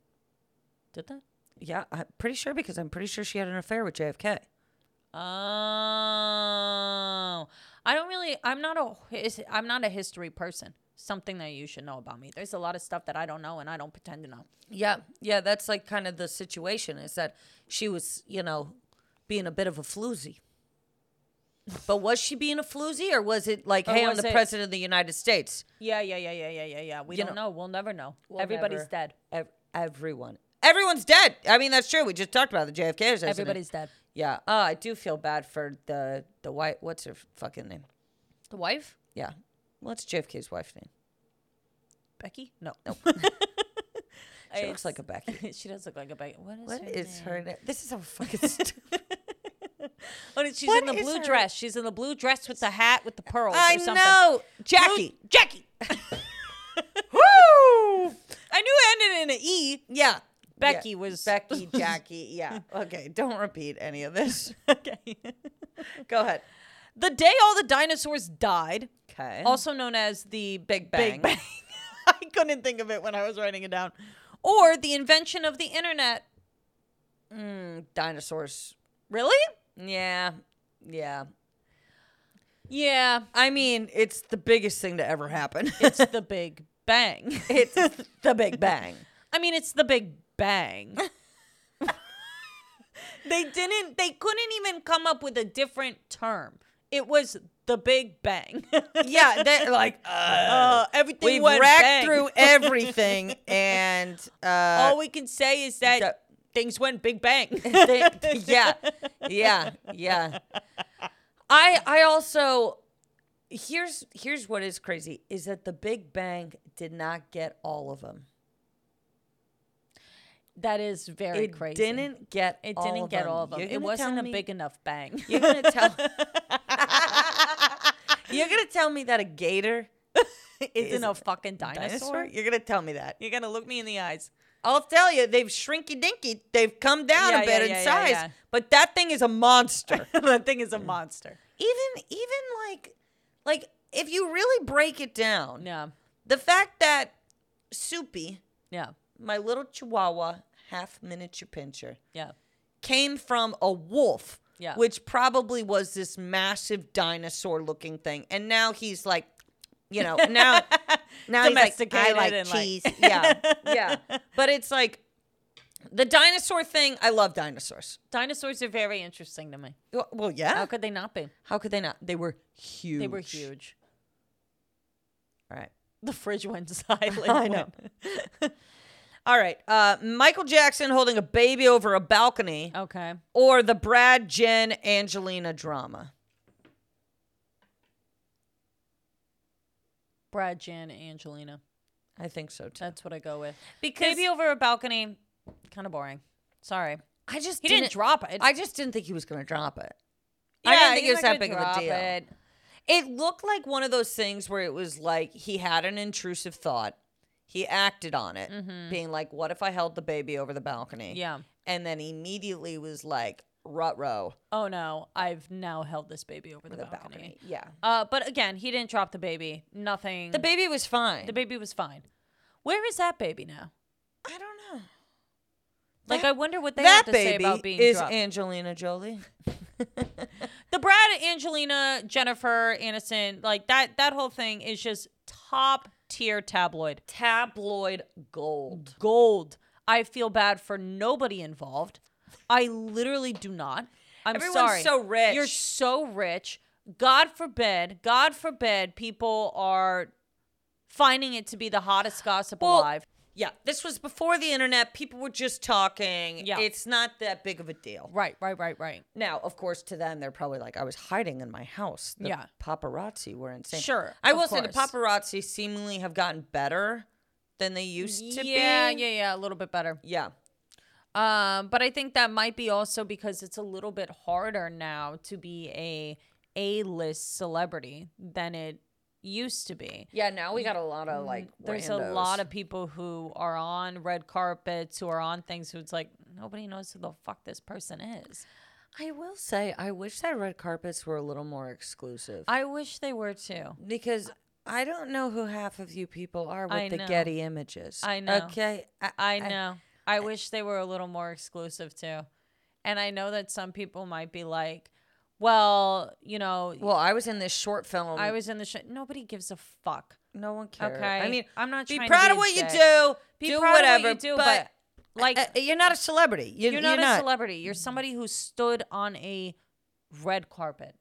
[SPEAKER 2] Did that?
[SPEAKER 1] Yeah, I'm pretty sure because I'm pretty sure she had an affair with JFK.
[SPEAKER 2] Oh, I don't really. I'm not a. his- I'm not a history person. Something that you should know about me. There's a lot of stuff that I don't know, and I don't pretend to know.
[SPEAKER 1] Yeah, yeah, that's like kind of the situation is that she was, you know, being a bit of a floozy. But was she being a floozy or was it like,
[SPEAKER 2] Or
[SPEAKER 1] hey, I'm
[SPEAKER 2] was
[SPEAKER 1] the
[SPEAKER 2] it-
[SPEAKER 1] president of the United States?
[SPEAKER 2] Yeah, yeah, yeah, yeah, yeah, yeah, yeah. We
[SPEAKER 1] You
[SPEAKER 2] don't know. We'll never know.
[SPEAKER 1] We'll
[SPEAKER 2] Everybody's
[SPEAKER 1] never-
[SPEAKER 2] dead.
[SPEAKER 1] Ev- everyone. Everyone's dead. I mean, that's true. We just talked about the JFK assassination.
[SPEAKER 2] Everybody's dead.
[SPEAKER 1] Yeah. Oh, I do feel bad for the the white. What's her fucking name?
[SPEAKER 2] The wife,
[SPEAKER 1] Yeah. What's JFK's wife's name?
[SPEAKER 2] Becky. No,
[SPEAKER 1] She looks like a Becky.
[SPEAKER 2] [laughs] she does look like a Becky. What is
[SPEAKER 1] What
[SPEAKER 2] her
[SPEAKER 1] is
[SPEAKER 2] name?
[SPEAKER 1] her name? This is so fucking [laughs] stupid.
[SPEAKER 2] Oh, she's
[SPEAKER 1] What
[SPEAKER 2] in the
[SPEAKER 1] is
[SPEAKER 2] blue
[SPEAKER 1] her-
[SPEAKER 2] dress. She's in the blue dress with the hat with the pearls.
[SPEAKER 1] I
[SPEAKER 2] or something.
[SPEAKER 1] know. Jackie.
[SPEAKER 2] Blue- Jackie.
[SPEAKER 1] Woo!
[SPEAKER 2] I knew it ended in an E.
[SPEAKER 1] Yeah.
[SPEAKER 2] Becky
[SPEAKER 1] Yeah.
[SPEAKER 2] was
[SPEAKER 1] [laughs] Becky, Jackie. Yeah. Okay. Don't repeat any of [laughs] this.
[SPEAKER 2] okay.
[SPEAKER 1] Go ahead.
[SPEAKER 2] the day all the dinosaurs died.
[SPEAKER 1] Okay.
[SPEAKER 2] also known as the Big
[SPEAKER 1] Mm. Bang. [laughs]
[SPEAKER 2] Bang. I couldn't think of it when I was writing it down. Or the invention of the internet.
[SPEAKER 1] dinosaurs.
[SPEAKER 2] Really?
[SPEAKER 1] Yeah. Yeah.
[SPEAKER 2] Yeah,
[SPEAKER 1] I mean, it's the biggest thing to ever happen. [laughs]
[SPEAKER 2] it's the Big Bang. [laughs]
[SPEAKER 1] it's the Big Bang.
[SPEAKER 2] I mean, it's the Big
[SPEAKER 1] [laughs]
[SPEAKER 2] Bang. they didn't they couldn't even come up with a different term. It was the Big Bang.
[SPEAKER 1] Yeah. That, like, uh,
[SPEAKER 2] Uh, everything
[SPEAKER 1] we've
[SPEAKER 2] went
[SPEAKER 1] racked
[SPEAKER 2] bang.
[SPEAKER 1] through everything, and uh,
[SPEAKER 2] [laughs]
[SPEAKER 1] [laughs]
[SPEAKER 2] All we can say is that
[SPEAKER 1] that-
[SPEAKER 2] things went Big Bang.
[SPEAKER 1] [laughs] They- yeah, yeah, yeah. I I also here's here's what is crazy is that the Big Bang did not get all of them.
[SPEAKER 2] that is very
[SPEAKER 1] it
[SPEAKER 2] crazy.
[SPEAKER 1] didn't get
[SPEAKER 2] It
[SPEAKER 1] all
[SPEAKER 2] didn't
[SPEAKER 1] of
[SPEAKER 2] get
[SPEAKER 1] 'em.
[SPEAKER 2] all of them.
[SPEAKER 1] You're
[SPEAKER 2] It
[SPEAKER 1] gonna tell
[SPEAKER 2] wasn't a
[SPEAKER 1] me-
[SPEAKER 2] big enough [laughs] bang.
[SPEAKER 1] [laughs] You're gonna tell. you're gonna tell me that
[SPEAKER 2] [laughs]
[SPEAKER 1] a gator
[SPEAKER 2] Isn't a
[SPEAKER 1] Isn't-
[SPEAKER 2] fucking dinosaur?
[SPEAKER 1] dinosaur? You're gonna tell me that?
[SPEAKER 2] You're gonna look me in the eyes.
[SPEAKER 1] I'll tell you, they've shrinky dinky. They've come down
[SPEAKER 2] Yeah,
[SPEAKER 1] a
[SPEAKER 2] yeah,
[SPEAKER 1] bit in
[SPEAKER 2] yeah, yeah,
[SPEAKER 1] size,
[SPEAKER 2] yeah.
[SPEAKER 1] but that thing is
[SPEAKER 2] [laughs]
[SPEAKER 1] a monster.
[SPEAKER 2] [laughs] that thing is a monster.
[SPEAKER 1] even even like like if you really break it down
[SPEAKER 2] Yeah,
[SPEAKER 1] the fact that soupy
[SPEAKER 2] yeah,
[SPEAKER 1] my little chihuahua half miniature pincher
[SPEAKER 2] yeah,
[SPEAKER 1] came from a wolf
[SPEAKER 2] Yeah.
[SPEAKER 1] which probably was this massive dinosaur looking thing and now he's like you
[SPEAKER 2] [laughs]
[SPEAKER 1] know now now he's like, I
[SPEAKER 2] Domesticated
[SPEAKER 1] like
[SPEAKER 2] and, like- [laughs]
[SPEAKER 1] cheese yeah yeah but it's like the dinosaur thing i love dinosaurs
[SPEAKER 2] Dinosaurs are very interesting to [gasps] me.
[SPEAKER 1] Well- well yeah
[SPEAKER 2] How could they not be?
[SPEAKER 1] how could they not they were huge
[SPEAKER 2] They were huge.
[SPEAKER 1] all right
[SPEAKER 2] The fridge went [laughs] silent.
[SPEAKER 1] I know.
[SPEAKER 2] when- [laughs]
[SPEAKER 1] All right. Uh, Michael Jackson holding a baby over a balcony
[SPEAKER 2] okay.
[SPEAKER 1] or the Brad, Jen, Angelina drama.
[SPEAKER 2] Brad, Jan, Angelina.
[SPEAKER 1] I think so too.
[SPEAKER 2] That's what I go with.
[SPEAKER 1] Because
[SPEAKER 2] Baby over a balcony. Kind of boring. Sorry.
[SPEAKER 1] I just
[SPEAKER 2] He didn't, drop it.
[SPEAKER 1] I just didn't think he was going to drop it. I
[SPEAKER 2] Yeah,
[SPEAKER 1] didn't think
[SPEAKER 2] he's
[SPEAKER 1] it was
[SPEAKER 2] not gonna
[SPEAKER 1] that big of a
[SPEAKER 2] drop
[SPEAKER 1] deal.
[SPEAKER 2] it.
[SPEAKER 1] It looked like one of those things where it was like he had an intrusive thought. He acted on it, being like, "What if I held the baby over the balcony?"
[SPEAKER 2] Mm-hmm. Yeah.
[SPEAKER 1] and then immediately was like, "Rut row
[SPEAKER 2] Oh no, I've now held this baby over the,
[SPEAKER 1] the
[SPEAKER 2] balcony.
[SPEAKER 1] balcony. Yeah,
[SPEAKER 2] Uh, but again, he didn't drop the baby. Nothing.
[SPEAKER 1] the baby was fine.
[SPEAKER 2] The baby was fine. Where is that baby now?
[SPEAKER 1] I don't know.
[SPEAKER 2] Like,
[SPEAKER 1] That-
[SPEAKER 2] I wonder what they
[SPEAKER 1] that
[SPEAKER 2] have to
[SPEAKER 1] baby
[SPEAKER 2] say about being
[SPEAKER 1] is
[SPEAKER 2] dropped. [laughs]
[SPEAKER 1] Angelina Jolie.
[SPEAKER 2] the Brad, Angelina, Jennifer, Aniston, like that that whole thing is just top tier tabloid
[SPEAKER 1] tabloid gold.
[SPEAKER 2] gold. I feel bad for nobody involved. I literally do not. I'm
[SPEAKER 1] Everyone's
[SPEAKER 2] sorry.
[SPEAKER 1] so rich.
[SPEAKER 2] You're so rich. God forbid. God forbid people are finding it to be the hottest gossip
[SPEAKER 1] Well,
[SPEAKER 2] alive.
[SPEAKER 1] Yeah, this was before the internet. People were just talking.
[SPEAKER 2] Yeah.
[SPEAKER 1] It's not that big of a deal.
[SPEAKER 2] Right, right, right, right.
[SPEAKER 1] Now, of course, to them, they're probably like, I was hiding in my house. The
[SPEAKER 2] Yeah.
[SPEAKER 1] paparazzi were insane.
[SPEAKER 2] Sure,
[SPEAKER 1] I
[SPEAKER 2] of
[SPEAKER 1] will say the
[SPEAKER 2] course.
[SPEAKER 1] paparazzi seemingly have gotten better than they used to be.
[SPEAKER 2] yeah, yeah, yeah, a little bit better.
[SPEAKER 1] Yeah.
[SPEAKER 2] Um, but I think that might be also because it's a little bit harder now to be a A-list celebrity than it used to be.
[SPEAKER 1] Yeah, now we got Mm, a lot of like
[SPEAKER 2] There's a lot of people who are on red carpets, who are on things who it's like nobody knows who the fuck this person is.
[SPEAKER 1] I will say I wish that red carpets were a little more exclusive.
[SPEAKER 2] I wish they were too.
[SPEAKER 1] because I don't know who half of you people are with
[SPEAKER 2] I
[SPEAKER 1] the
[SPEAKER 2] know.
[SPEAKER 1] Getty images.
[SPEAKER 2] I know.
[SPEAKER 1] Okay.
[SPEAKER 2] I know. I, wish they were a little more exclusive too. And I know that some people might be like, well, you know,
[SPEAKER 1] well, I was in this short film.
[SPEAKER 2] I was in the show. Nobody gives a fuck.
[SPEAKER 1] No one cares.
[SPEAKER 2] Okay.
[SPEAKER 1] I mean,
[SPEAKER 2] I'm not
[SPEAKER 1] be
[SPEAKER 2] trying to
[SPEAKER 1] proud
[SPEAKER 2] be
[SPEAKER 1] of
[SPEAKER 2] a
[SPEAKER 1] what
[SPEAKER 2] dick.
[SPEAKER 1] you do.
[SPEAKER 2] Be
[SPEAKER 1] do
[SPEAKER 2] proud
[SPEAKER 1] whatever.
[SPEAKER 2] of what you do,
[SPEAKER 1] but,
[SPEAKER 2] but, like
[SPEAKER 1] uh, you're not a celebrity. You,
[SPEAKER 2] you're not a celebrity. You're somebody who stood on a red carpet.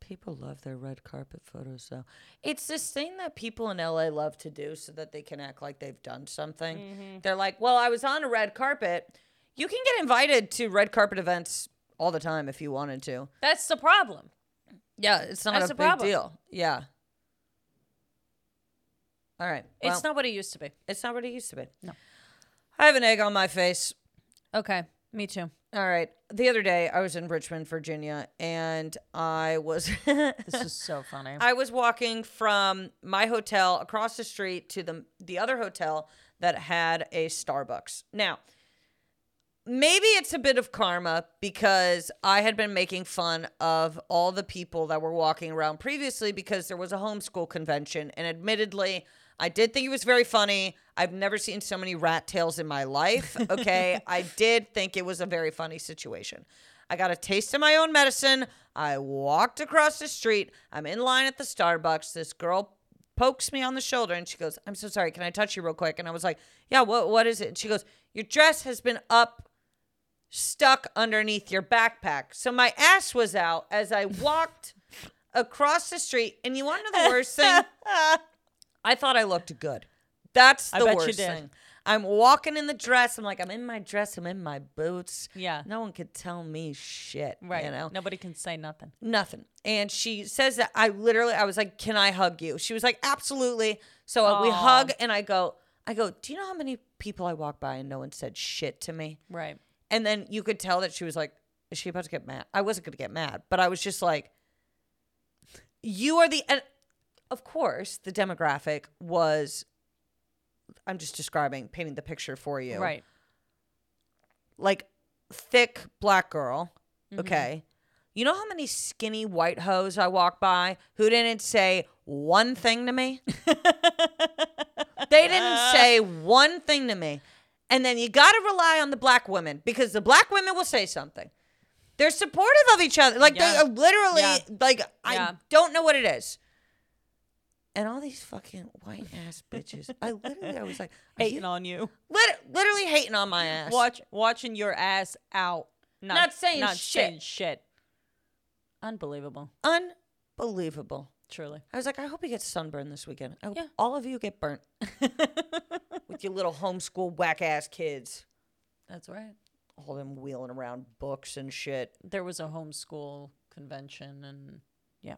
[SPEAKER 1] People love their red carpet photos, though. It's this thing that people in LA love to do so that they can act like they've done something.
[SPEAKER 2] Mm-hmm.
[SPEAKER 1] They're like, well, I was on a red carpet. You can get invited to red carpet events all the time if you wanted to.
[SPEAKER 2] That's the problem.
[SPEAKER 1] Yeah, it's not
[SPEAKER 2] That's
[SPEAKER 1] a
[SPEAKER 2] the
[SPEAKER 1] big
[SPEAKER 2] problem.
[SPEAKER 1] deal. Yeah. All right.
[SPEAKER 2] it's not what it used to be.
[SPEAKER 1] It's not what it used to be.
[SPEAKER 2] No.
[SPEAKER 1] I have an egg on my face.
[SPEAKER 2] Okay, me too.
[SPEAKER 1] All right. The other day, I was in Richmond, Virginia, and I was [laughs]
[SPEAKER 2] This is [laughs] so funny.
[SPEAKER 1] I was walking from my hotel across the street to the the other hotel that had a Starbucks. Now, maybe it's a bit of karma because I had been making fun of all the people that were walking around previously because there was a homeschool convention, and admittedly. I did think it was very funny. I've never seen so many rat tails in my life. Okay. I did think it was a very funny situation. I got a taste of my own medicine. I walked across the street. I'm in line at the Starbucks. This girl pokes me on the shoulder and she goes, I'm so sorry. Can I touch you real quick? And I was like, Yeah, what, what is it? And she goes, Your dress has been up stuck underneath your backpack. So my ass was out as
[SPEAKER 2] [laughs]
[SPEAKER 1] I walked across the street. And you want to know the worst thing? I thought I looked good. That's the
[SPEAKER 2] I bet you
[SPEAKER 1] worst
[SPEAKER 2] did.
[SPEAKER 1] thing. I'm walking in the dress. I'm like, I'm in my dress. I'm in my boots.
[SPEAKER 2] Yeah.
[SPEAKER 1] No one could tell me shit.
[SPEAKER 2] right.
[SPEAKER 1] You know?
[SPEAKER 2] Nobody can say nothing.
[SPEAKER 1] Nothing. And she says that I literally, I was like, Can I hug you? She was like, Absolutely. So uh, we
[SPEAKER 2] Aw.
[SPEAKER 1] hug and I go, I go, Do you know how many people I walked by and no one said shit to me?
[SPEAKER 2] Right.
[SPEAKER 1] And then you could tell that she was like, Is she about to get mad? I wasn't going to get mad, but I was just like, You are the. And of course, the demographic was, I'm just describing, painting the picture for you.
[SPEAKER 2] Right.
[SPEAKER 1] Like, thick black girl. Okay. You know how many skinny white hoes I walked by who didn't say one thing to me? [laughs] they
[SPEAKER 2] [laughs]
[SPEAKER 1] didn't
[SPEAKER 2] Uh.
[SPEAKER 1] say one thing to me. And then you got to rely on the black women because the black women will say something. They're supportive of each other. Like,
[SPEAKER 2] Yeah.
[SPEAKER 1] they are literally,
[SPEAKER 2] Yeah.
[SPEAKER 1] like, I
[SPEAKER 2] Yeah.
[SPEAKER 1] don't know what it is. And all these fucking white ass bitches. I literally, I was like, are you
[SPEAKER 2] Hating on you.
[SPEAKER 1] lit- literally hating on my ass.
[SPEAKER 2] Watch watching your ass out. Not,
[SPEAKER 1] Not saying
[SPEAKER 2] not
[SPEAKER 1] shit.
[SPEAKER 2] saying shit. Unbelievable.
[SPEAKER 1] Unbelievable.
[SPEAKER 2] [laughs] Truly.
[SPEAKER 1] I was like, I hope he gets sunburned this weekend. I hope
[SPEAKER 2] Yeah.
[SPEAKER 1] all of you get burnt with your little homeschool whack ass kids.
[SPEAKER 2] That's right.
[SPEAKER 1] All them wheeling around books and shit.
[SPEAKER 2] There was a homeschool convention and yeah.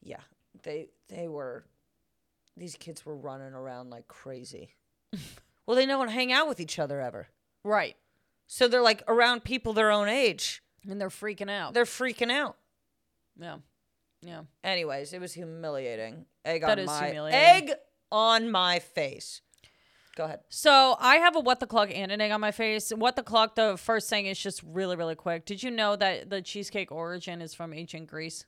[SPEAKER 1] Yeah. They they were these kids were running around like crazy. [laughs] well, they don't hang out with each other ever.
[SPEAKER 2] Right.
[SPEAKER 1] So they're like around people their own age.
[SPEAKER 2] And they're freaking out.
[SPEAKER 1] They're freaking out.
[SPEAKER 2] yeah. Yeah.
[SPEAKER 1] Anyways, it was humiliating. Egg
[SPEAKER 2] That
[SPEAKER 1] on
[SPEAKER 2] is
[SPEAKER 1] my
[SPEAKER 2] humiliating.
[SPEAKER 1] egg on my face. Go ahead.
[SPEAKER 2] So I have a what the clock and an egg on my face. What the clock? The first thing is just really, really quick. Did you know that the cheesecake origin is from ancient Greece?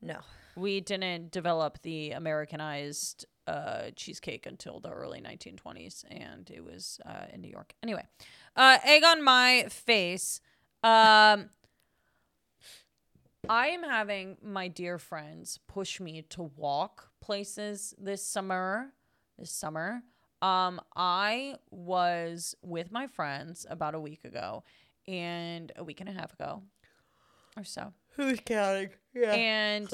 [SPEAKER 1] No.
[SPEAKER 2] We didn't develop the Americanized uh, cheesecake until the early 1920s, and it was uh, in New York. Anyway, uh, egg on my face. Um, I am having my dear friends push me to walk places this summer. This summer, um, I was with my friends about a week ago, and a week and a half ago, or so
[SPEAKER 1] Who's counting? Yeah.
[SPEAKER 2] and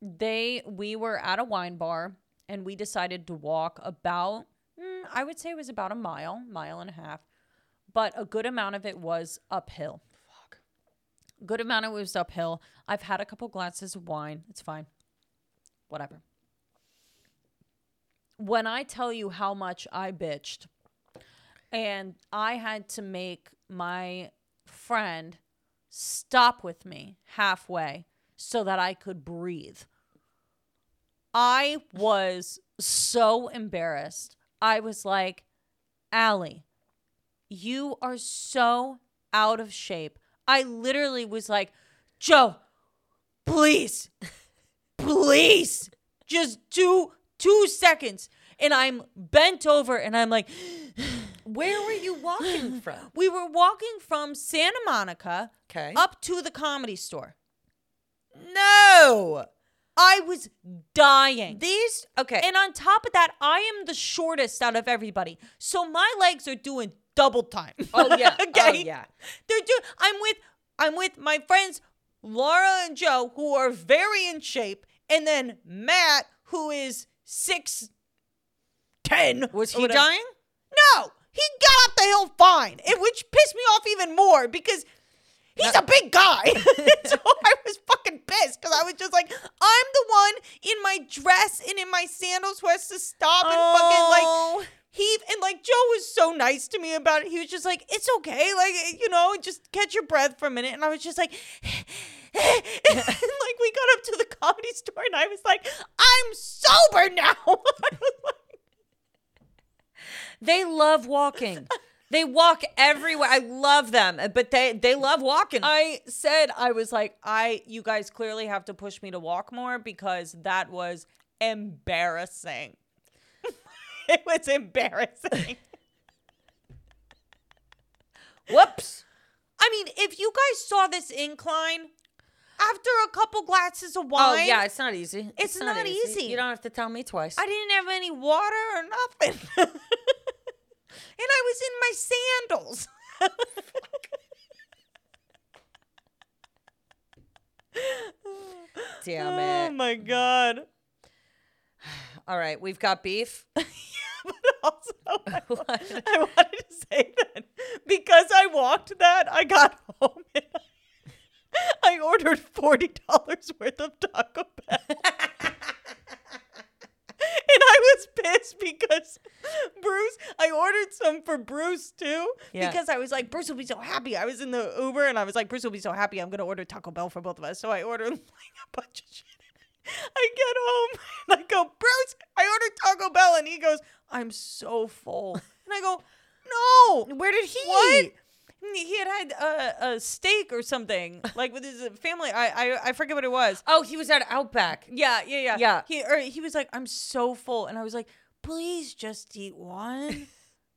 [SPEAKER 2] they we were at a wine bar and we decided to walk about mm, i would say it was about a mile mile and a half but a good amount of it was uphill good amount of it was uphill i've had a couple glasses of wine it's fine whatever when i tell you how much i bitched and i had to make my friend stop with me halfway so that i could breathe I was so embarrassed. I was like, Allie, you are so out of shape. I literally was like, Joe, please, please, just two two seconds. And I'm bent over and I'm like,
[SPEAKER 1] Where were
[SPEAKER 2] [gasps]
[SPEAKER 1] you walking from?
[SPEAKER 2] we were walking from Santa Monica
[SPEAKER 1] Okay.
[SPEAKER 2] up to the comedy store.
[SPEAKER 1] No.
[SPEAKER 2] I was dying.
[SPEAKER 1] These okay.
[SPEAKER 2] And on top of that, I am the shortest out of everybody. So my legs are doing double time.
[SPEAKER 1] [laughs] oh yeah.
[SPEAKER 2] [laughs] okay.
[SPEAKER 1] Oh yeah.
[SPEAKER 2] They're do I'm with I'm with my friends Laura and Joe, who are very in shape, and then Matt, who is six ten.
[SPEAKER 1] Was
[SPEAKER 2] or
[SPEAKER 1] he
[SPEAKER 2] whatever.
[SPEAKER 1] dying?
[SPEAKER 2] No! He got up the hill fine, and which pissed me off even more because he's a big guy. [laughs] so I was fucking pissed because I was just like, I'm the one in my dress and in my sandals who has to stop and
[SPEAKER 1] Oh.
[SPEAKER 2] fucking like. He and like Joe was so nice to me about it. He was just like, "It's okay, like you know, just catch your breath for a minute." And I was just like, [laughs] and like we got up to the comedy store, and I was like, "I'm sober now." [laughs] I was like,
[SPEAKER 1] They love walking. they walk everywhere. I love them, but they they love walking.
[SPEAKER 2] I said I was like, I you guys clearly have to push me to walk more because that was embarrassing. [laughs] it was embarrassing. [laughs]
[SPEAKER 1] Whoops.
[SPEAKER 2] I mean, if you guys saw this incline after a couple glasses of
[SPEAKER 1] Oh
[SPEAKER 2] wine,
[SPEAKER 1] yeah, it's not easy.
[SPEAKER 2] It's not easy.
[SPEAKER 1] You don't have to tell me twice.
[SPEAKER 2] I didn't have any water or nothing. [laughs] and I was in my sandals. [laughs]
[SPEAKER 1] Damn it.
[SPEAKER 2] Oh, my god.
[SPEAKER 1] All right, we've got beef.
[SPEAKER 2] but [laughs] also
[SPEAKER 1] [laughs]
[SPEAKER 2] I, wa- I wanted to say that because I walked that, I got [laughs] home and I, I ordered forty dollars worth of Taco Bell.
[SPEAKER 1] [laughs]
[SPEAKER 2] And I was pissed because Bruce, I ordered some for Bruce too.
[SPEAKER 1] Yeah.
[SPEAKER 2] Because I was like, Bruce will be so happy. I was in the Uber and I was like, Bruce will be so happy. I'm going to order Taco Bell for both of us. So I ordered [laughs] like a bunch of shit. I get home [laughs] and I go, Bruce, I ordered Taco Bell. And he goes, I'm so full. And I go, No.
[SPEAKER 1] Where did he?
[SPEAKER 2] What? And He had had a, a steak or something, [laughs] like with his family. I, I, I forget what it was.
[SPEAKER 1] Oh, he was at Outback.
[SPEAKER 2] Uh, Yeah, yeah, yeah.
[SPEAKER 1] Yeah.
[SPEAKER 2] He or he was like, I'm so full. And I was like, please just eat [laughs] one